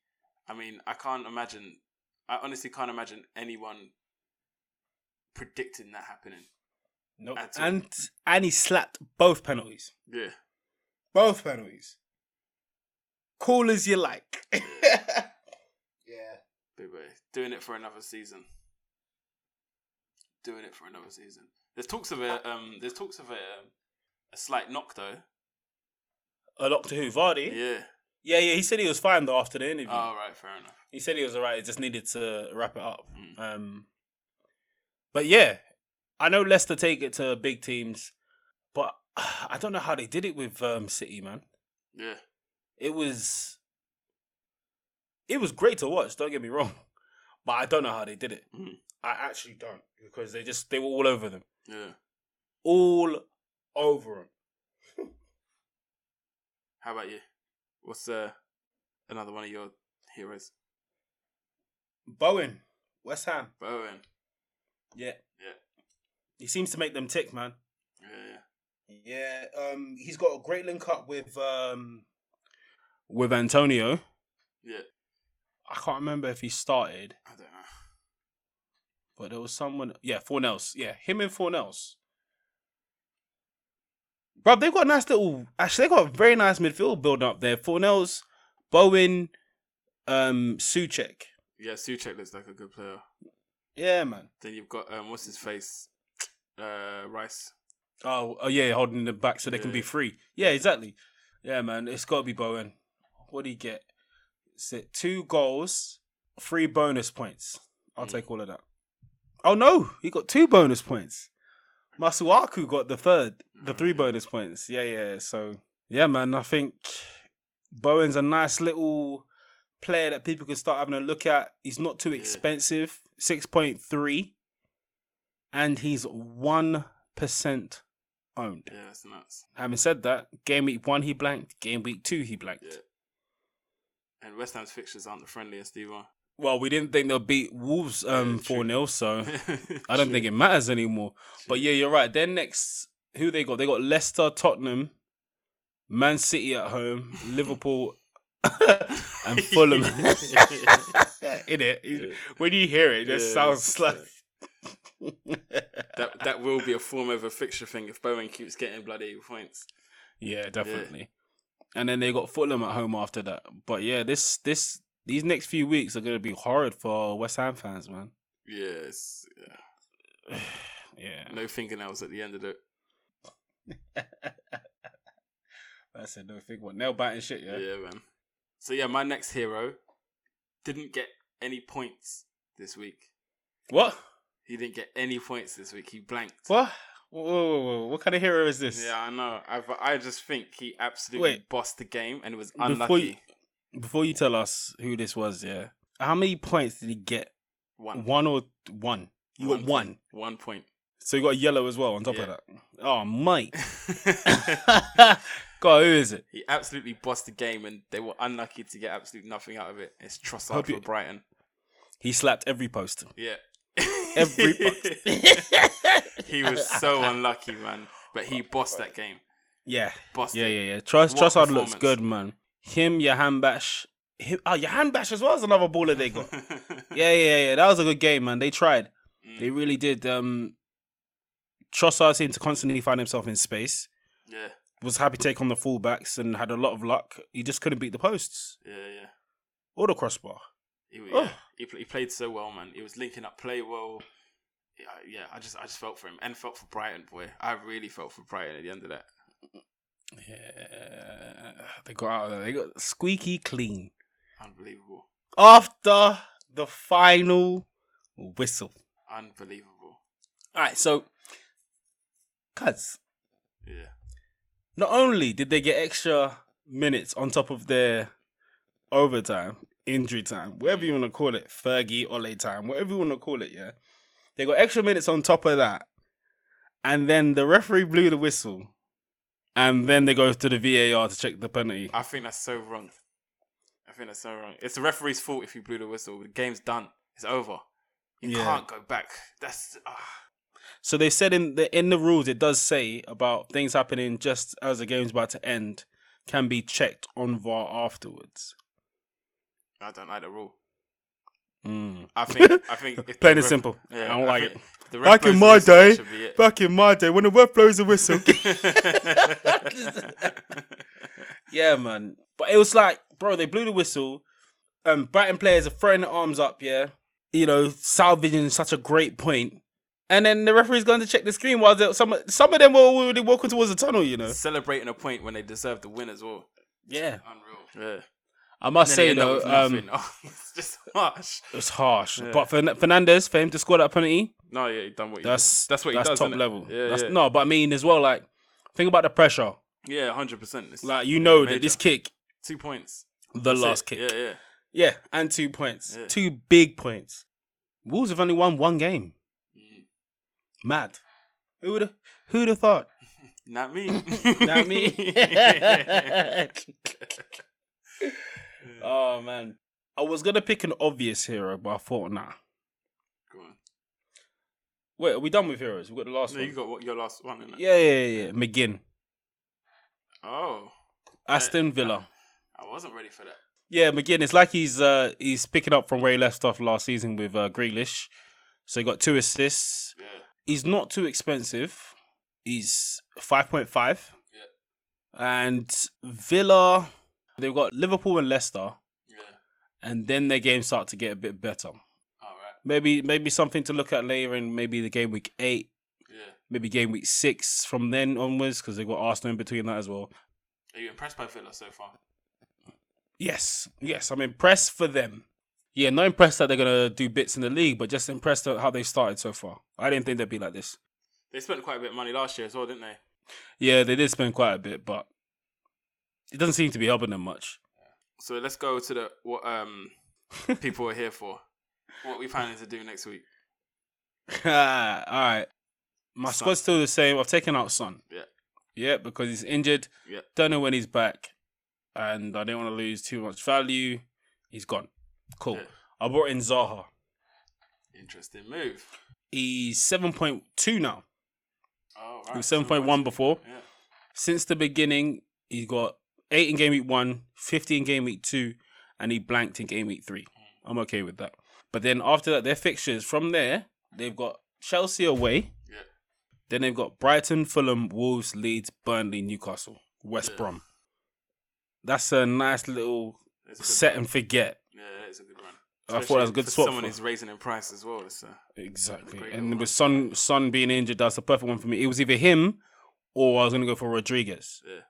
Speaker 2: I mean, I can't imagine. I honestly can't imagine anyone predicting that happening.
Speaker 1: Nope.
Speaker 2: That's all.
Speaker 1: And and he slapped both penalties.
Speaker 2: Yeah,
Speaker 1: Both penalties. Cool as you like. yeah.
Speaker 2: big boy, doing it for another season. Doing it for another season. There's talks of a um. There's talks of a um, a slight knock though.
Speaker 1: A lot to who? Vardy? Yeah. Oh.
Speaker 2: Yeah.
Speaker 1: yeah, He said he was fine though after the interview.
Speaker 2: All right. Fair enough.
Speaker 1: he said he was alright. He just needed to wrap it up.
Speaker 2: Mm.
Speaker 1: Um, but yeah, I know Leicester take it to big teams, but I don't know how they did it with um, City, man.
Speaker 2: Yeah.
Speaker 1: it was it was great to watch don't get me wrong But I don't know how they did it.
Speaker 2: Mm.
Speaker 1: I actually don't because they just they were all over them,
Speaker 2: Yeah.
Speaker 1: all over them.
Speaker 2: How about you? What's uh, another one of your heroes?
Speaker 1: Bowen, West Ham.
Speaker 2: Bowen.
Speaker 1: Yeah.
Speaker 2: Yeah.
Speaker 1: He seems to make them tick, man.
Speaker 2: Yeah.
Speaker 1: Yeah. Um he's got a great link up with um with Antonio.
Speaker 2: Yeah.
Speaker 1: I can't remember if he started,
Speaker 2: I don't know.
Speaker 1: but there was someone yeah, Fornells. Yeah, him and Fornells. Bro, they've got a nice little actually they've got a very nice midfield build up there. Fornells, Bowen, um, Suchek.
Speaker 2: Yeah, Suchek looks like a good player.
Speaker 1: Yeah, man.
Speaker 2: Then you've got um, what's his face, uh, Rice.
Speaker 1: Oh, oh yeah, holding them back so they can
Speaker 2: Yeah.
Speaker 1: be free. Yeah, exactly. Yeah, man, it's got to be Bowen. What do you get? Is it two goals, three bonus points? I'll
Speaker 2: Mm.
Speaker 1: take all of that. Oh no, he got two bonus points. Masuaku got the third, the three
Speaker 2: Mm.
Speaker 1: bonus points. Yeah, yeah. So yeah, man, I think Bowen's a nice little player that people can start having a look at. He's not too
Speaker 2: Yeah.
Speaker 1: expensive, six point three, and he's one percent owned.
Speaker 2: Yeah, that's nuts.
Speaker 1: Having said that, game week one he blanked, game week two he blanked.
Speaker 2: Yeah. And West Ham's fixtures aren't the friendliest either.
Speaker 1: Well, we didn't think they'll beat Wolves um
Speaker 2: Yeah, true.
Speaker 1: four 0 so I don't think it matters anymore. But yeah, you're right. Their next who they got? They got Leicester, Tottenham, Man City at home, Liverpool and Fulham. In it. When you hear it, it just
Speaker 2: Yeah,
Speaker 1: sounds
Speaker 2: yeah.
Speaker 1: like
Speaker 2: that that will be a form of a fixture thing if Bowen keeps getting bloody points.
Speaker 1: Yeah, definitely. And then they got Fulham at home after that. But yeah, this this these next few weeks are gonna be horrid for West Ham fans, man.
Speaker 2: Yes. Yeah.
Speaker 1: yeah.
Speaker 2: No fingernails at the end of it.
Speaker 1: That's a no thing. What nail biting shit,
Speaker 2: Yeah.
Speaker 1: yeah.
Speaker 2: man. So yeah, my next hero didn't get any points this week.
Speaker 1: What?
Speaker 2: He didn't get any points this week. He blanked.
Speaker 1: What? Whoa, whoa, whoa. What kind of hero is this?
Speaker 2: Yeah, I know. I've, I just think he absolutely
Speaker 1: Wait.
Speaker 2: bossed the game and was
Speaker 1: Before
Speaker 2: unlucky.
Speaker 1: you- Before you tell us who this was, yeah. How many points did he get?
Speaker 2: One.
Speaker 1: One, or one? You got one.
Speaker 2: One point.
Speaker 1: So you got a yellow as well on top of
Speaker 2: Yeah.
Speaker 1: that. Oh, mate. God, who is it?
Speaker 2: he absolutely bossed the game and they were unlucky to get absolutely nothing out of it. It's Trossard
Speaker 1: Hope
Speaker 2: for
Speaker 1: you-
Speaker 2: Brighton.
Speaker 1: He slapped every post.
Speaker 2: Yeah.
Speaker 1: Every post.
Speaker 2: he was so unlucky, man. But he bossed that game.
Speaker 1: yeah.
Speaker 2: Bossed
Speaker 1: Yeah,
Speaker 2: it.
Speaker 1: yeah, yeah. Trust
Speaker 2: What
Speaker 1: Trossard looks
Speaker 2: performance.
Speaker 1: good, man. Him, Johan Bash. Him, oh, Johan Bash as well is another baller they got. yeah, yeah, yeah. That was a good game, man. They tried.
Speaker 2: Mm.
Speaker 1: They really did. Um, Trossard seemed to constantly find himself in space.
Speaker 2: yeah,
Speaker 1: Was happy to take on the fullbacks and had a lot of luck. He just couldn't beat the posts
Speaker 2: yeah, yeah.
Speaker 1: or the crossbar.
Speaker 2: He,
Speaker 1: Oh.
Speaker 2: yeah. He, pl- he played so well, man. He was linking up play well. Yeah, yeah, I just I just felt for him and felt for Brighton, boy. I really felt for Brighton at the end of that.
Speaker 1: Yeah, they got out of there. They got squeaky clean
Speaker 2: Unbelievable.
Speaker 1: after the final whistle.
Speaker 2: Unbelievable.
Speaker 1: All right, so, cuz
Speaker 2: Yeah.
Speaker 1: not only did they get extra minutes on top of their overtime, injury time, whatever you want to call it, Fergie, Ole time, whatever you want to call it, yeah. They got extra minutes on top of that. And then the referee blew the whistle. And then they go to the VAR to check the penalty.
Speaker 2: I think that's so wrong. I think that's so wrong. It's the referee's fault if you blew the whistle. The game's done. It's over. You
Speaker 1: Yeah.
Speaker 2: can't go back. That's ah.
Speaker 1: So they said in the in the rules it does say about things happening just as the game's about to end can be checked on VAR afterwards.
Speaker 2: I don't like the rule.
Speaker 1: Mm.
Speaker 2: I think I think if the
Speaker 1: Plain and
Speaker 2: ref-
Speaker 1: simple.
Speaker 2: Yeah,
Speaker 1: I don't like it.
Speaker 2: think the ref
Speaker 1: Back in
Speaker 2: blows
Speaker 1: my
Speaker 2: the whistle,
Speaker 1: day-
Speaker 2: that should be it.
Speaker 1: Back in my day, when the ref blows the whistle. yeah, man. But it was like, bro, they blew the whistle. Um, Brighton players are throwing their arms up, yeah. You know, salvaging such a great point. And then the referee's going to check the screen while they- some some of them were already walking towards the tunnel, you know.
Speaker 2: Celebrating a point when they deserve the win as well.
Speaker 1: Yeah,
Speaker 2: Unreal. Yeah.
Speaker 1: I must
Speaker 2: Then
Speaker 1: say
Speaker 2: you end up
Speaker 1: though,
Speaker 2: with
Speaker 1: um,
Speaker 2: nothing. Oh, it's just harsh.
Speaker 1: it was harsh.
Speaker 2: Yeah.
Speaker 1: But Fern- Fernandez, for him to score that penalty,
Speaker 2: No, yeah, he done what he
Speaker 1: that's
Speaker 2: That's what he
Speaker 1: that's
Speaker 2: does,
Speaker 1: top
Speaker 2: innit?
Speaker 1: level.
Speaker 2: Yeah,
Speaker 1: that's,
Speaker 2: yeah.
Speaker 1: No, but I mean as well, like think about the pressure.
Speaker 2: did. Yeah, hundred percent. Like
Speaker 1: Like you know
Speaker 2: Major.
Speaker 1: that this kick,
Speaker 2: two points.
Speaker 1: the
Speaker 2: That's
Speaker 1: last
Speaker 2: it.
Speaker 1: kick,
Speaker 2: Yeah, yeah.
Speaker 1: Yeah, and two points.
Speaker 2: Yeah.
Speaker 1: Two big points. Wolves have only won one game. Mad. Who would who'd have thought?
Speaker 2: Not me.
Speaker 1: Not me. oh man. I was gonna pick an obvious hero, but I thought nah.
Speaker 2: Go on.
Speaker 1: Wait, are we done with heroes? We've got the last
Speaker 2: No,
Speaker 1: one.
Speaker 2: you got what your last one in it.
Speaker 1: yeah, yeah, yeah, yeah. McGinn.
Speaker 2: Oh,
Speaker 1: Aston Villa.
Speaker 2: I wasn't ready for that.
Speaker 1: Yeah, McGinn. It's like he's uh, he's picking up from where he left off last season with uh, Grealish. So he got two assists.
Speaker 2: Yeah.
Speaker 1: He's not too expensive. He's five point five.
Speaker 2: Yeah.
Speaker 1: And Villa, they've got Liverpool and Leicester,
Speaker 2: Yeah.
Speaker 1: and then their games start to get a bit better.
Speaker 2: All right.
Speaker 1: Maybe maybe something to look at later in maybe the game week eight,
Speaker 2: Yeah.
Speaker 1: maybe game week six from then onwards because they've got Arsenal in between that as well.
Speaker 2: Are you impressed by Villa so far?
Speaker 1: Yes, yes, I'm impressed for them. Yeah, not impressed that they're gonna do bits in the league, but just impressed at how they started so far. I didn't think they'd be like this.
Speaker 2: They spent quite a bit of money last year as well, didn't they?
Speaker 1: Yeah, they did spend quite a bit, but it doesn't seem to be helping them much.
Speaker 2: So let's go to the what um people are here for. What we planning to do next week?
Speaker 1: All right, my
Speaker 2: Son.
Speaker 1: squad's still the same. I've taken out Son.
Speaker 2: Yeah.
Speaker 1: yeah, because he's injured.
Speaker 2: Yeah.
Speaker 1: don't know when he's back, and I didn't want to lose too much value. He's gone. Cool.
Speaker 2: Yeah.
Speaker 1: I brought in Zaha.
Speaker 2: Interesting move.
Speaker 1: He's seven point two now.
Speaker 2: Oh,
Speaker 1: He
Speaker 2: right.
Speaker 1: was seven point one before.
Speaker 2: Yeah.
Speaker 1: since the beginning, he got eight in game week one, 50 in game week two, and he blanked in game week three.
Speaker 2: Mm.
Speaker 1: I'm okay with that. But then after that, their fixtures from there, they've got Chelsea away.
Speaker 2: Yeah.
Speaker 1: Then they've got Brighton, Fulham, Wolves, Leeds, Burnley, Newcastle, West
Speaker 2: Yeah.
Speaker 1: Brom. That's a nice little
Speaker 2: It's a good
Speaker 1: set
Speaker 2: run.
Speaker 1: and forget.
Speaker 2: Yeah, it's a good run.
Speaker 1: I thought that was a
Speaker 2: Especially
Speaker 1: good
Speaker 2: for
Speaker 1: swap.
Speaker 2: Someone
Speaker 1: for-
Speaker 2: who's raising in price as well. So.
Speaker 1: Exactly.
Speaker 2: Great
Speaker 1: And
Speaker 2: little
Speaker 1: with Son Son being injured, that's the perfect one for me. It was either him or I was gonna go for Rodriguez.
Speaker 2: Yeah.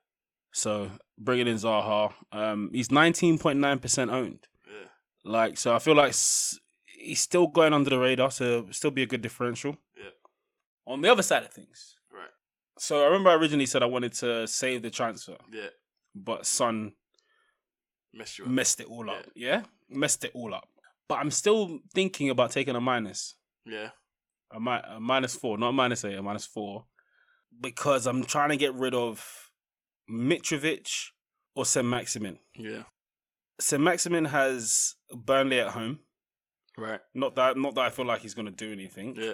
Speaker 1: So bringing in Zaha, um, he's nineteen point nine percent owned.
Speaker 2: Yeah.
Speaker 1: Like so, I feel like s- he's still going under the radar. So still be a good differential.
Speaker 2: Yeah.
Speaker 1: On the other side of things,
Speaker 2: Right.
Speaker 1: so I remember I originally said I wanted to save the transfer,
Speaker 2: Yeah.
Speaker 1: but Son
Speaker 2: Messed you up.
Speaker 1: messed it all up. Yeah, messed it all up. But I'm still thinking about taking a minus.
Speaker 2: yeah.
Speaker 1: a, mi- a minus four, not a minus eight, a minus four, because I'm trying to get rid of Mitrovic or St. Maximin.
Speaker 2: Yeah.
Speaker 1: St. Maximin has Burnley at home.
Speaker 2: Right.
Speaker 1: Not that, not that I feel like he's going to do anything.
Speaker 2: Yeah.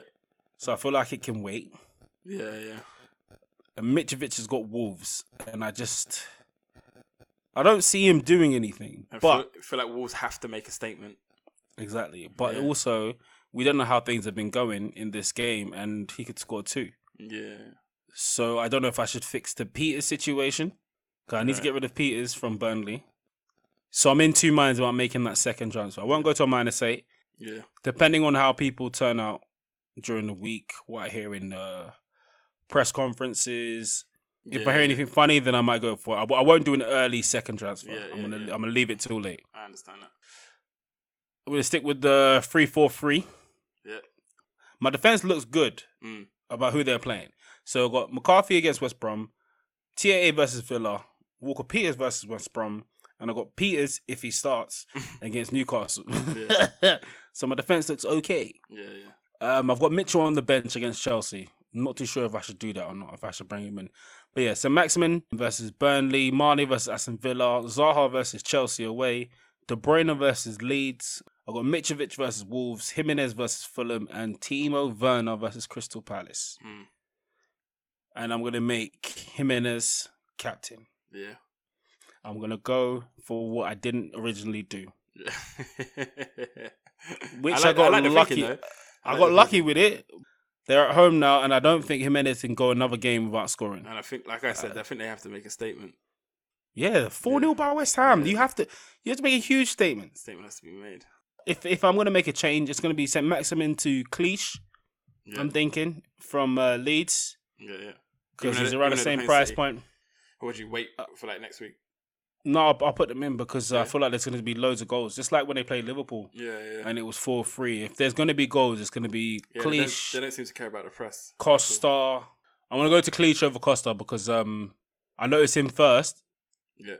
Speaker 1: So I feel like it can wait.
Speaker 2: Yeah. Yeah.
Speaker 1: And Mitrovic has got Wolves, and I just, I don't see him doing anything.
Speaker 2: I
Speaker 1: but
Speaker 2: feel, feel like Wolves have to make a statement.
Speaker 1: exactly, but
Speaker 2: Yeah.
Speaker 1: also we don't know how things have been going in this game, and he could score two.
Speaker 2: Yeah.
Speaker 1: So I don't know if I should fix the Peters situation. 'cause I need to
Speaker 2: Right.
Speaker 1: get rid of Peters from Burnley. So I'm in two minds about making that second transfer. I won't go to a minus eight,
Speaker 2: Yeah.
Speaker 1: depending on how people turn out during the week, what I hear in the press conferences. If I
Speaker 2: Yeah.
Speaker 1: hear anything funny, then I might go for it. I, w- I won't do an early second transfer.
Speaker 2: Yeah,
Speaker 1: I'm
Speaker 2: yeah,
Speaker 1: gonna
Speaker 2: yeah.
Speaker 1: I'm gonna leave it till late.
Speaker 2: I understand that.
Speaker 1: I'm gonna stick with the three four three.
Speaker 2: Yeah.
Speaker 1: My defense looks good
Speaker 2: Mm.
Speaker 1: about who they're playing. So we've got McCarthy against West Brom, TAA versus Villa, Walker Peters versus West Brom, and I got Peters if he starts against Newcastle. so my defense looks okay.
Speaker 2: Yeah. Yeah.
Speaker 1: Um, I've got Mitchell on the bench against Chelsea. I'm not too sure if I should do that or not, if I should bring him in. But yeah, so Maximin versus Burnley, Marnie versus Aston Villa, Zaha versus Chelsea away, De Bruyne versus Leeds. I've got Mitrovic versus Wolves, Jimenez versus Fulham, and Timo Werner versus Crystal Palace.
Speaker 2: Hmm.
Speaker 1: And I'm going to make Jimenez captain.
Speaker 2: Yeah.
Speaker 1: I'm going to go for what I didn't originally do.
Speaker 2: Yeah.
Speaker 1: Which I
Speaker 2: like-
Speaker 1: got
Speaker 2: like the
Speaker 1: lucky.
Speaker 2: though.
Speaker 1: I
Speaker 2: like
Speaker 1: got
Speaker 2: the
Speaker 1: lucky with it. They're at home now, and I don't think Jimenez can go another game without scoring.
Speaker 2: And I think, like I
Speaker 1: Uh,
Speaker 2: said, I think they have to make a statement.
Speaker 1: Yeah, four 0 by West Ham.
Speaker 2: Yeah.
Speaker 1: You have to you have to make a huge statement.
Speaker 2: A statement has to be made.
Speaker 1: If if I'm gonna make a change, it's gonna be Saint Maximin to Cleish.
Speaker 2: Yeah,
Speaker 1: I'm thinking from uh, Leeds
Speaker 2: yeah, yeah.
Speaker 1: because
Speaker 2: Even
Speaker 1: he's
Speaker 2: though-
Speaker 1: around the
Speaker 2: even though
Speaker 1: same
Speaker 2: they're
Speaker 1: price
Speaker 2: City.
Speaker 1: point.
Speaker 2: Or would you wait for like next week?
Speaker 1: No, I'll, I'll put them in because uh, I
Speaker 2: Yeah.
Speaker 1: feel like there's gonna be loads of goals, just like when they played Liverpool
Speaker 2: Yeah, yeah.
Speaker 1: and it was four three. If there's gonna be goals, it's gonna be
Speaker 2: yeah they, don't,
Speaker 1: Cleish,
Speaker 2: they don't seem to care about the press.
Speaker 1: Costa. I'm gonna go to Cleish over Costa because um I noticed him first.
Speaker 2: Yeah.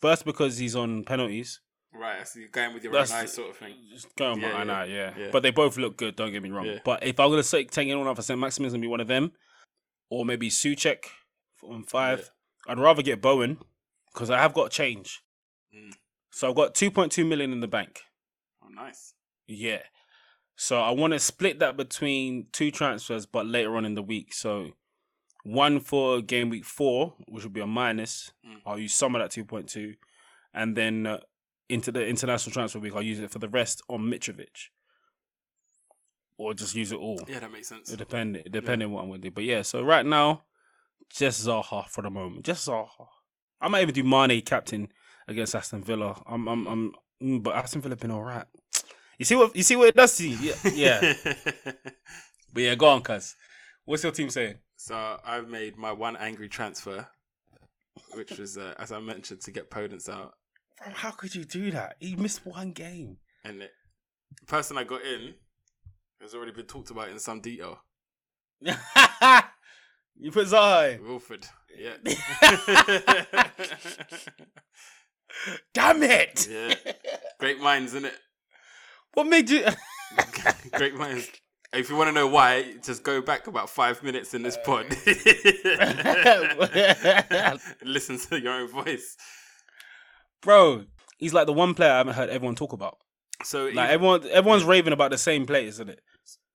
Speaker 1: First because he's on penalties.
Speaker 2: Right, so you're going with your
Speaker 1: That's-
Speaker 2: own eyes sort of thing.
Speaker 1: Just go on
Speaker 2: Yeah,
Speaker 1: my
Speaker 2: yeah,
Speaker 1: own eye, yeah.
Speaker 2: yeah.
Speaker 1: But they both look good, don't get me wrong.
Speaker 2: Yeah.
Speaker 1: But if I'm going to say, take anyone off, I say Maximin's going to be one of them. Or maybe Suchek on five. I'd rather get Bowen because I have got change.
Speaker 2: Mm.
Speaker 1: So I've got 2.2 million in the bank.
Speaker 2: Oh, nice.
Speaker 1: Yeah. So I want to split that between two transfers, but later on in the week. So one for game week four, which would be a minus.
Speaker 2: Mm.
Speaker 1: I'll use some of that 2.2. And then uh, into the international transfer week, I'll use it for the rest on Mitrovic. Or just use it all.
Speaker 2: Yeah, that makes sense.
Speaker 1: It depend it depend on what I'm gonna do. But yeah, so right now, just Zaha for the moment. Just Zaha. I might even do Mane captain against Aston Villa. I'm I'm I'm mm, but Aston Villa been alright. You see what you see what it does to you? Yeah. yeah. but yeah, go on, cuz. What's your team saying?
Speaker 2: so I've made my one angry transfer, which was, uh, as I mentioned, to get Podence out.
Speaker 1: Bro, how could you do that? He missed one game.
Speaker 2: And the person I got in has already been talked about in some detail.
Speaker 1: you put Zaha.
Speaker 2: Wilford. Yeah.
Speaker 1: in. Damn it!
Speaker 2: yeah. Great minds, isn't it?
Speaker 1: What made you
Speaker 2: Great minds. If you want to know why, just go back about five minutes in this pod.
Speaker 1: Uh,
Speaker 2: Listen to your own voice.
Speaker 1: Bro, he's like the one player I haven't heard everyone talk about.
Speaker 2: So,
Speaker 1: Like
Speaker 2: even,
Speaker 1: everyone, everyone's raving about the same players, isn't it?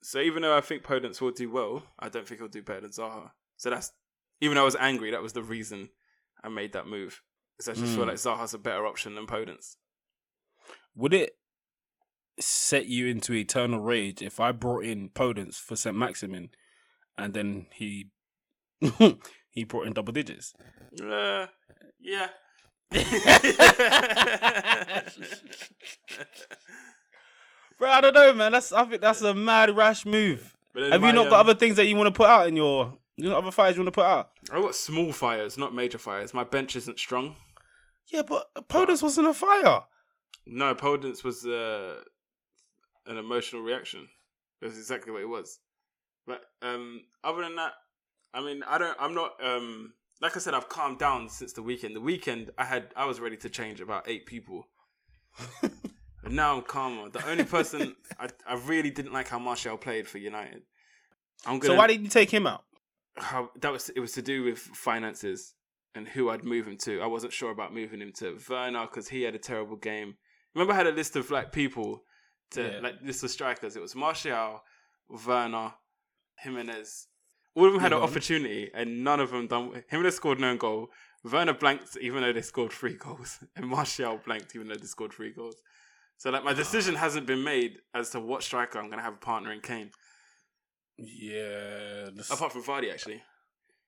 Speaker 2: so even though I think Podence will do well, I don't think he'll do better than Zaha. So that's even though I was angry, that was the reason I made that move. Because I just
Speaker 1: Mm.
Speaker 2: feel like Zaha's a better option than Podence.
Speaker 1: Would it set you into eternal rage if I brought in Podence for Saint Maximin, and then he he brought in double digits?
Speaker 2: Uh, yeah.
Speaker 1: Bro, I don't know, man. That's I think that's a mad rash move.
Speaker 2: But then
Speaker 1: Have you
Speaker 2: my,
Speaker 1: not got
Speaker 2: um,
Speaker 1: other things that you want to put out in your you know other fires you want to put out?
Speaker 2: I got small fires, not major fires. My bench isn't strong.
Speaker 1: Yeah, but Podence wasn't a fire.
Speaker 2: No, Podence was uh, an emotional reaction. That's exactly what it was. But um, other than that, I mean, I don't. I'm not. Um, like I said, I've calmed down since the weekend. The weekend, I had, I was ready to change about eight people. but now I'm calmer. The only person I, I really didn't like how Martial played for United. I'm
Speaker 1: So
Speaker 2: gonna.
Speaker 1: why did you take him out?
Speaker 2: how that was it was to do with finances and who I'd move him to. I wasn't sure about moving him to Werner because he had a terrible game. Remember, I had a list of like people to
Speaker 1: Yeah.
Speaker 2: like list of strikers. It was Martial, Werner, Jimenez. All of them had an
Speaker 1: Mhm.
Speaker 2: opportunity, and none of them done. Jimenez scored no goal. Werner blanked, even though they scored three goals, and Martial blanked, even though they scored three goals. So, like,
Speaker 1: Ah.
Speaker 2: my decision hasn't been made as to what striker I'm going to have a partner in Kane,
Speaker 1: Yeah, this,
Speaker 2: apart from Vardy, actually.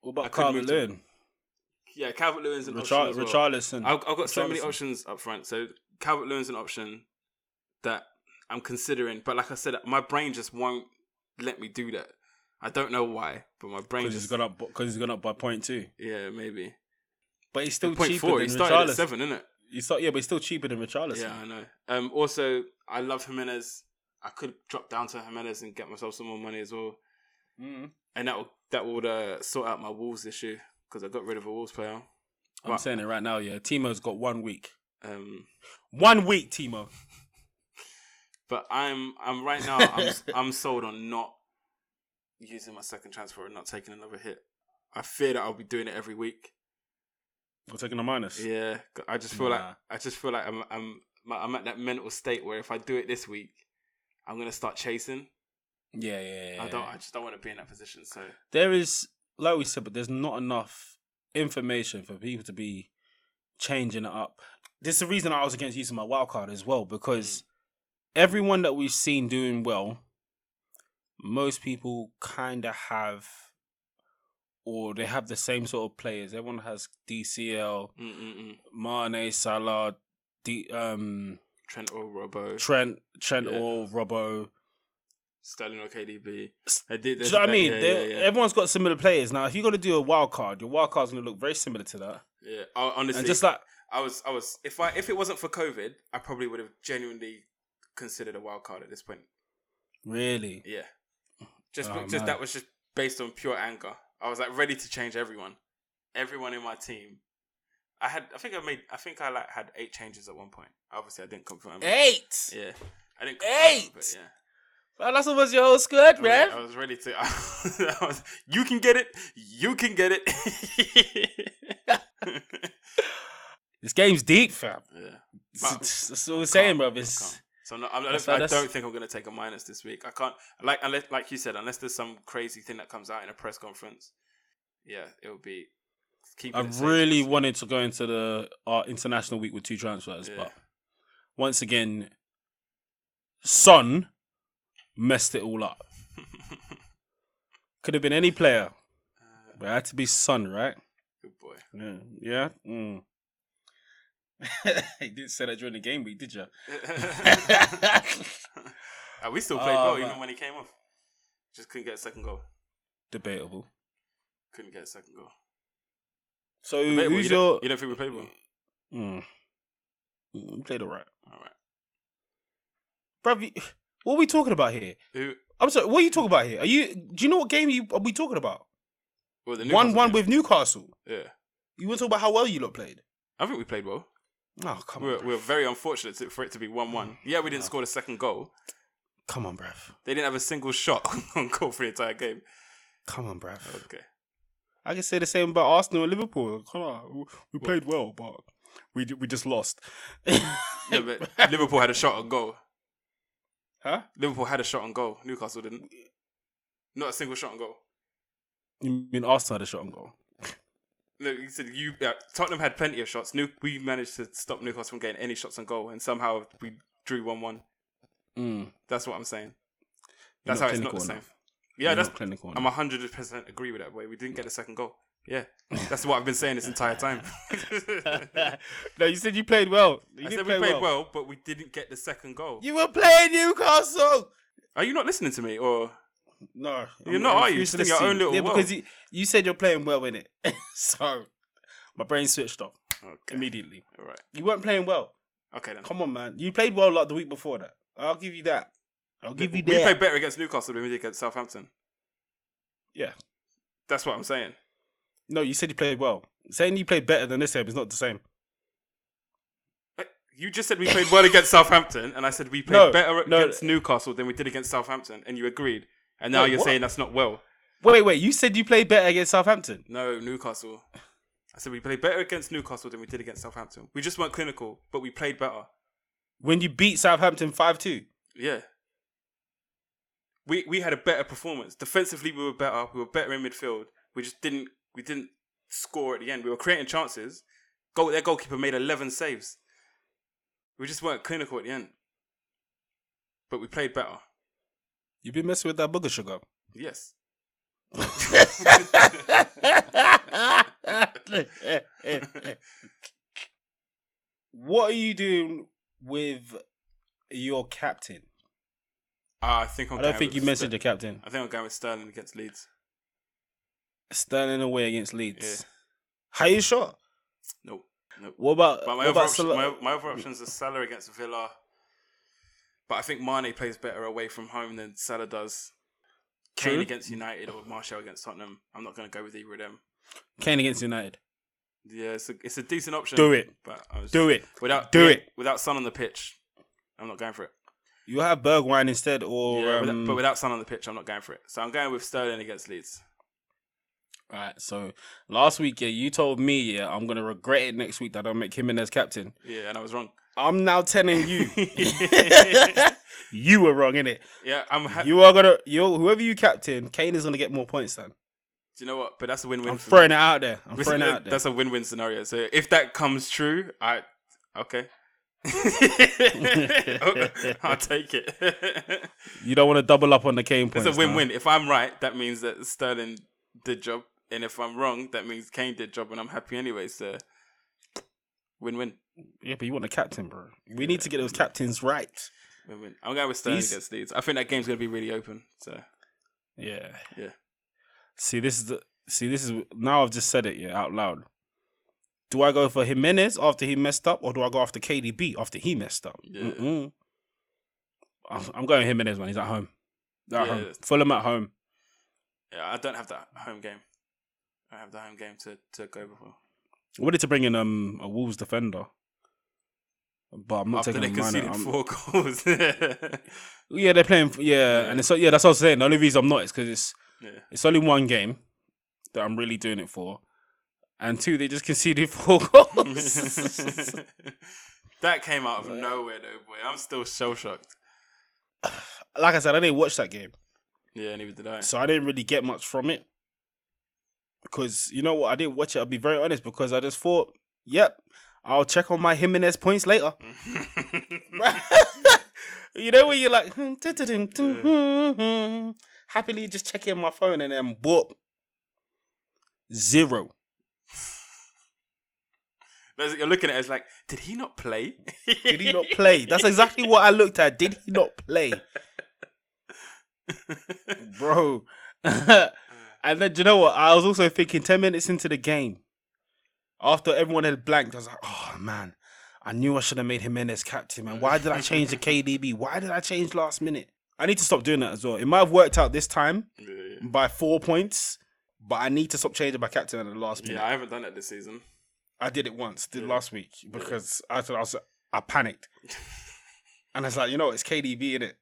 Speaker 1: what
Speaker 2: I
Speaker 1: about
Speaker 2: couldn't move
Speaker 1: Calvert-Lewin,
Speaker 2: Yeah, Calvert Lewin's an option
Speaker 1: Richar-
Speaker 2: as well.
Speaker 1: Richarlison?
Speaker 2: I've, I've got so many
Speaker 1: Richarlison.
Speaker 2: options up front. So Calvert Lewin's an option that I'm considering, but like I said, my brain just won't let me do that. I don't know why, but my brain
Speaker 1: Because he's
Speaker 2: just
Speaker 1: gone up. Because he's gone up by point two.
Speaker 2: yeah maybe
Speaker 1: But he's still
Speaker 2: point
Speaker 1: cheaper
Speaker 2: four.
Speaker 1: than
Speaker 2: He started
Speaker 1: Richarlison.
Speaker 2: at seven, isn't it?
Speaker 1: You saw, yeah, but he's still cheaper than Richarlison.
Speaker 2: Yeah, I know. Um, also, I love Jimenez. I could drop down to Jimenez and get myself some more money as well,
Speaker 1: Mm.
Speaker 2: and that will that would uh, sort out my Wolves issue because I got rid of a Wolves player.
Speaker 1: I'm
Speaker 2: Right.
Speaker 1: saying it right now. Yeah, Timo's got one week.
Speaker 2: Um,
Speaker 1: One week, Timo.
Speaker 2: But I'm I'm right now I'm I'm sold on not using my second transfer and not taking another hit. I fear that I'll be doing it every week.
Speaker 1: We're taking a minus.
Speaker 2: Yeah, I just feel like
Speaker 1: Nah.
Speaker 2: I just feel like I'm I'm I'm at that mental state where if I do it this week, I'm gonna start chasing.
Speaker 1: yeah, yeah. yeah,
Speaker 2: I don't. I
Speaker 1: yeah.
Speaker 2: just don't want to be in that position. So
Speaker 1: There is, like we said, but there's not enough information for people to be changing it up. This is the reason I was against using my wild card as well because everyone that we've seen doing well, most people kind of have, or they have the same sort of players. Everyone has DCL,
Speaker 2: Mm-mm-mm.
Speaker 1: Mane, Salah, D, um,
Speaker 2: Trent or Robo,
Speaker 1: Trent, Trent
Speaker 2: Yeah.
Speaker 1: or Robbo.
Speaker 2: Sterling or KDB.
Speaker 1: S-
Speaker 2: I did.
Speaker 1: Do
Speaker 2: there's
Speaker 1: you know what I
Speaker 2: that-
Speaker 1: mean?
Speaker 2: Yeah,
Speaker 1: They-
Speaker 2: yeah, yeah.
Speaker 1: Everyone's got similar players. Now, if you're going to do a wild card, your wild card's going to look very similar to that.
Speaker 2: Yeah, I- Honestly,
Speaker 1: and just like,
Speaker 2: I was, I was. If I, if it wasn't for COVID, I probably would have genuinely considered a wild card at this point.
Speaker 1: really?
Speaker 2: Yeah, just,
Speaker 1: Oh,
Speaker 2: just
Speaker 1: man.
Speaker 2: that was just based on pure anger. I was like ready to change everyone, everyone in my team. I had. I think I made. I think I like had eight changes at one point. Obviously, I didn't confirm. it.
Speaker 1: Eight.
Speaker 2: Yeah, I didn't.
Speaker 1: Eight?
Speaker 2: Confirm, but yeah.
Speaker 1: Well, that's almost your whole squad,
Speaker 2: Oh, Yeah,
Speaker 1: man.
Speaker 2: I was ready to. I was, you can get it. You can get it.
Speaker 1: This game's deep, fam.
Speaker 2: yeah.
Speaker 1: It's-
Speaker 2: Wow.
Speaker 1: it's- That's all we're saying, bro. It's,
Speaker 2: Can't. So no, I'm, I,
Speaker 1: That's
Speaker 2: don't-
Speaker 1: why
Speaker 2: I
Speaker 1: that's-
Speaker 2: don't think I'm going to take a minus this week. I can't. Like unless, like you said, unless there's some crazy thing that comes out in a press conference. Yeah, it would be. Keep
Speaker 1: I
Speaker 2: it safe.
Speaker 1: really wanted to go into the uh, international week with two transfers,
Speaker 2: Yeah.
Speaker 1: but once again, Son messed it all up. Could have been any player,
Speaker 2: Uh,
Speaker 1: but it had to be Son, right?
Speaker 2: good boy.
Speaker 1: Yeah. Yeah. Mm. you didn't say that during the game week, did you?
Speaker 2: Uh, we still played
Speaker 1: Oh,
Speaker 2: well even
Speaker 1: man.
Speaker 2: when he came off. Just couldn't get a second goal.
Speaker 1: Debatable.
Speaker 2: Couldn't get a second goal.
Speaker 1: So
Speaker 2: Played well.
Speaker 1: who's
Speaker 2: you,
Speaker 1: your?
Speaker 2: don't, you don't think we played well?
Speaker 1: Mm. Mm, we played all right,
Speaker 2: All right.
Speaker 1: bruv. you- What are we talking about here?
Speaker 2: Who?
Speaker 1: I'm sorry. What are you talking about here? Are you? Do you know what game you are we talking about?
Speaker 2: Well, the
Speaker 1: One
Speaker 2: Newcastle
Speaker 1: one
Speaker 2: game.
Speaker 1: with Newcastle.
Speaker 2: Yeah,
Speaker 1: You want to talk about how well you lot played?
Speaker 2: I think we played well.
Speaker 1: Oh come
Speaker 2: We were,
Speaker 1: on, Mm.
Speaker 2: we were very unfortunate to- for it to be one-one. Yeah, we didn't
Speaker 1: No.
Speaker 2: score the second goal.
Speaker 1: come on, bruv.
Speaker 2: They didn't have a single shot on goal for the entire game.
Speaker 1: Come on, bruv.
Speaker 2: Okay.
Speaker 1: I can say the same about Arsenal and Liverpool. Come on, we played well, but we we just lost.
Speaker 2: Yeah, but Liverpool had a shot on goal.
Speaker 1: huh?
Speaker 2: Liverpool had a shot on goal. Newcastle didn't. Not a single shot on goal.
Speaker 1: You mean Arsenal had a shot on goal?
Speaker 2: No, you said you. Uh, Tottenham had plenty of shots. New, we managed to stop Newcastle from getting any shots on goal, and somehow we drew one-one.
Speaker 1: Mm.
Speaker 2: That's what I'm saying.
Speaker 1: You're
Speaker 2: That's
Speaker 1: not
Speaker 2: how it's not the
Speaker 1: clinical
Speaker 2: same.
Speaker 1: enough.
Speaker 2: Yeah,
Speaker 1: You're
Speaker 2: that's.
Speaker 1: not clinical.
Speaker 2: I'm
Speaker 1: enough.
Speaker 2: 100 percent agree with that. Way we didn't get the second goal. Yeah, that's what I've been saying this entire time. I
Speaker 1: no, you said you played well. You
Speaker 2: said
Speaker 1: did
Speaker 2: we
Speaker 1: play
Speaker 2: played
Speaker 1: well.
Speaker 2: well, but we didn't get the second goal.
Speaker 1: You were playing Newcastle.
Speaker 2: Are you not listening to me, or
Speaker 1: No,
Speaker 2: You're not, are you?
Speaker 1: refuse to
Speaker 2: Just in your
Speaker 1: listen.
Speaker 2: own little
Speaker 1: yeah,
Speaker 2: world.
Speaker 1: because you, you said you're playing well in it. so my brain switched off
Speaker 2: okay,
Speaker 1: immediately.
Speaker 2: all right,
Speaker 1: You weren't playing well.
Speaker 2: okay then.
Speaker 1: Come on, man. You played well like the week before that. I'll give you that. I'll give
Speaker 2: we
Speaker 1: you that.
Speaker 2: played better against Newcastle than we did against Southampton.
Speaker 1: Yeah.
Speaker 2: That's what I'm saying.
Speaker 1: No, you said you played well. Saying you played better than this game is not the same.
Speaker 2: Eh, You just said we played well against Southampton, and I said we played
Speaker 1: No,
Speaker 2: better
Speaker 1: no.
Speaker 2: against Newcastle than we did against Southampton, and you agreed. And now
Speaker 1: No,
Speaker 2: you're
Speaker 1: what?
Speaker 2: saying that's not well.
Speaker 1: Wait, wait. You said you played better against Southampton.
Speaker 2: No, Newcastle. I said we played better against Newcastle than we did against Southampton. We just weren't clinical, but we played better.
Speaker 1: When you beat Southampton 5 2.
Speaker 2: Yeah. We we had a better performance. Defensively we were better. We were better in midfield. We just didn't we didn't score at the end. We were creating chances. Goal their goalkeeper made eleven saves. We just weren't clinical at the end. But we played better.
Speaker 1: You've been messing with that booger sugar.
Speaker 2: Yes.
Speaker 1: what are you doing with your captain?
Speaker 2: Ah, I think I'm
Speaker 1: I don't
Speaker 2: going
Speaker 1: think you
Speaker 2: with
Speaker 1: mentioned
Speaker 2: Ster-
Speaker 1: your captain.
Speaker 2: I think I'm going with Sterling against Leeds.
Speaker 1: Standing away against Leeds.
Speaker 2: Yeah.
Speaker 1: How you sure?
Speaker 2: Nope. Nope.
Speaker 1: What about,
Speaker 2: But
Speaker 1: what
Speaker 2: my other,
Speaker 1: about
Speaker 2: option,
Speaker 1: Salah?
Speaker 2: my, my other options are Salah against Villa. But I think Mane plays better away from home than Salah does. Kane
Speaker 1: True.
Speaker 2: against United or Martial against Tottenham. I'm not going to go with either of them.
Speaker 1: Kane against United?
Speaker 2: Yeah, it's a, it's a decent option.
Speaker 1: Do it.
Speaker 2: But I was
Speaker 1: Do it.
Speaker 2: Without,
Speaker 1: Do
Speaker 2: yeah,
Speaker 1: it.
Speaker 2: Without Son on the pitch, I'm not going for it.
Speaker 1: You have Bergwijn instead, or
Speaker 2: Yeah,
Speaker 1: um,
Speaker 2: without- but without Son on the pitch, I'm not going for it. So I'm going with Sterling against Leeds.
Speaker 1: All right. So last week, yeah, you told me, yeah, I'm gonna regret it next week that I don't make him in as captain.
Speaker 2: Yeah, and I was wrong.
Speaker 1: I'm now telling you, you were wrong, innit?
Speaker 2: Yeah, I'm. Ha-
Speaker 1: You are gonna, you whoever you captain, Kane is gonna get more points than.
Speaker 2: do you know what? But that's a win-win.
Speaker 1: I'm
Speaker 2: for me.
Speaker 1: throwing it out there. I'm
Speaker 2: Listen,
Speaker 1: throwing it out there.
Speaker 2: that's a win-win scenario. So if that comes true, I okay. I'll take it.
Speaker 1: You don't want to double up on the Kane
Speaker 2: it's
Speaker 1: points.
Speaker 2: a win-win. If I'm right, that means that Sterling did job, and if I'm wrong, that means Kane did job, and I'm happy anyway. So win-win,
Speaker 1: now. Yeah, but you want a captain, bro. We need to get those captains right.
Speaker 2: win-win. I'm going with Sterling
Speaker 1: These-
Speaker 2: against Leeds. I think that game's going to be really open. So
Speaker 1: Yeah.
Speaker 2: Yeah.
Speaker 1: See, this is the see. This is now. I've just said it yeah out loud. Do I go for Jimenez after he messed up, or do I go after KDB after he messed up?
Speaker 2: Yeah.
Speaker 1: Mm-mm. I'm I'm going Jimenez when he's at home. They're At
Speaker 2: Yeah.
Speaker 1: home. Fulham at home.
Speaker 2: yeah, I don't have that home game. I don't have the home game to to go before.
Speaker 1: I wanted to bring in um a Wolves defender, but I'm not
Speaker 2: After they
Speaker 1: taking a minor.
Speaker 2: conceded four goals. yeah.
Speaker 1: Yeah, they're playing. Yeah,
Speaker 2: Yeah.
Speaker 1: and it's so yeah. That's what I was saying. The only reason I'm not is because it's it's only one game that I'm really doing it for, and two, they just conceded four goals.
Speaker 2: that came out of nowhere, though, boy. I'm still shell shocked.
Speaker 1: like I said, I didn't watch that game,
Speaker 2: Yeah, neither did I.
Speaker 1: so I didn't really get much from it. Because you know what, I didn't watch it. I'll be very honest, because I just thought, yep, I'll check on my Jimenez points later. you know when you're like hmm, dun, dun, dun, dun, hmm, hmm. happily just checking my phone and then boop zero.
Speaker 2: Basically, You're looking at it as like, did he not play?
Speaker 1: Did he not play? That's exactly what I looked at. Did he not play, bro? and then do you know what? I was also thinking ten minutes into the game, after everyone had blanked, I was like, oh man. I knew I should have made Jimenez captain, man. Why did I change the KDB? Why did I change last minute? I need to stop doing that as well. It might have worked out this time,
Speaker 2: Yeah.
Speaker 1: by four points, but I need to stop changing my captain at the last minute.
Speaker 2: Yeah, I haven't done that this season.
Speaker 1: I did it once, did last week because I thought I was I panicked, and I was like, you know, what, it's KDB in it.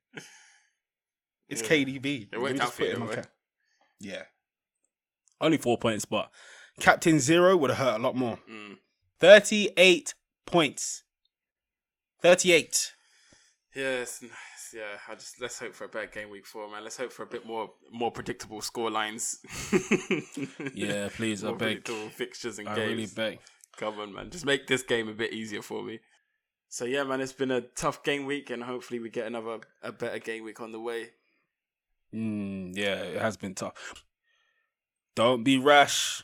Speaker 1: It's
Speaker 2: Yeah.
Speaker 1: KDB.
Speaker 2: It worked
Speaker 1: Let me
Speaker 2: out
Speaker 1: just
Speaker 2: for you,
Speaker 1: put him
Speaker 2: don't
Speaker 1: on
Speaker 2: worry.
Speaker 1: ca- Yeah, only four points, but captain zero would have hurt a lot more.
Speaker 2: Mm.
Speaker 1: Thirty-eight points. Thirty-eight.
Speaker 2: Yeah, it's nice. Yeah, I just let's hope for a better game week four, man. Let's hope for a bit more more predictable score lines.
Speaker 1: Yeah, please, I
Speaker 2: more
Speaker 1: beg.
Speaker 2: predictable fixtures and
Speaker 1: I
Speaker 2: games.
Speaker 1: really beg.
Speaker 2: Come on, man. Just make this game a bit easier for me. So yeah, man, it's been a tough game week, and hopefully we get another a better game week on the way.
Speaker 1: Mm, yeah, it has been tough. Don't be rash.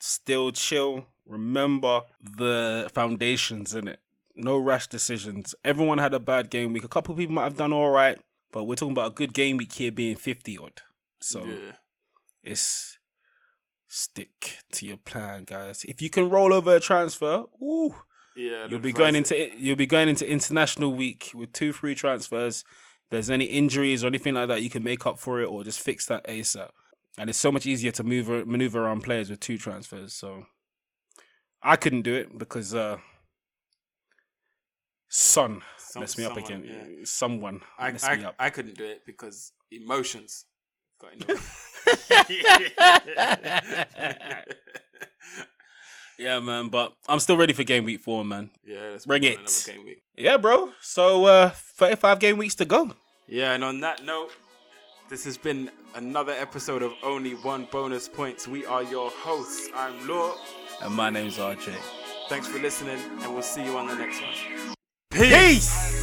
Speaker 1: Still chill. Remember the foundations in it. No rash decisions. Everyone had a bad game week. A couple people might have done all right, but we're talking about a good game week here being 50 odd. So
Speaker 2: yeah,
Speaker 1: it's stick to your plan, guys. If you can roll over a transfer, ooh,
Speaker 2: yeah.
Speaker 1: You'll
Speaker 2: the
Speaker 1: be going
Speaker 2: first-
Speaker 1: into you'll be going into international week with two free transfers. If there's any injuries or anything like that, you can make up for it or just fix that ASAP. And it's so much easier to move maneuver around players with two transfers. So I couldn't do it because uh Son
Speaker 2: some-
Speaker 1: messed me up
Speaker 2: someone,
Speaker 1: again.
Speaker 2: yeah.
Speaker 1: Someone
Speaker 2: I
Speaker 1: messed me
Speaker 2: I,
Speaker 1: up.
Speaker 2: I couldn't do it because emotions got in the way.
Speaker 1: yeah, man. But I'm still ready for game week four, man.
Speaker 2: Yeah, let's
Speaker 1: Bring
Speaker 2: move
Speaker 1: it.
Speaker 2: on to another game week.
Speaker 1: Yeah, bro. So uh 35 game weeks to go.
Speaker 2: Yeah, and on that note, this has been another episode of Only One Bonus Points. We are your hosts. I'm Law.
Speaker 1: And my name's RJ.
Speaker 2: Thanks for listening, and we'll see you on the next one.
Speaker 1: Peace!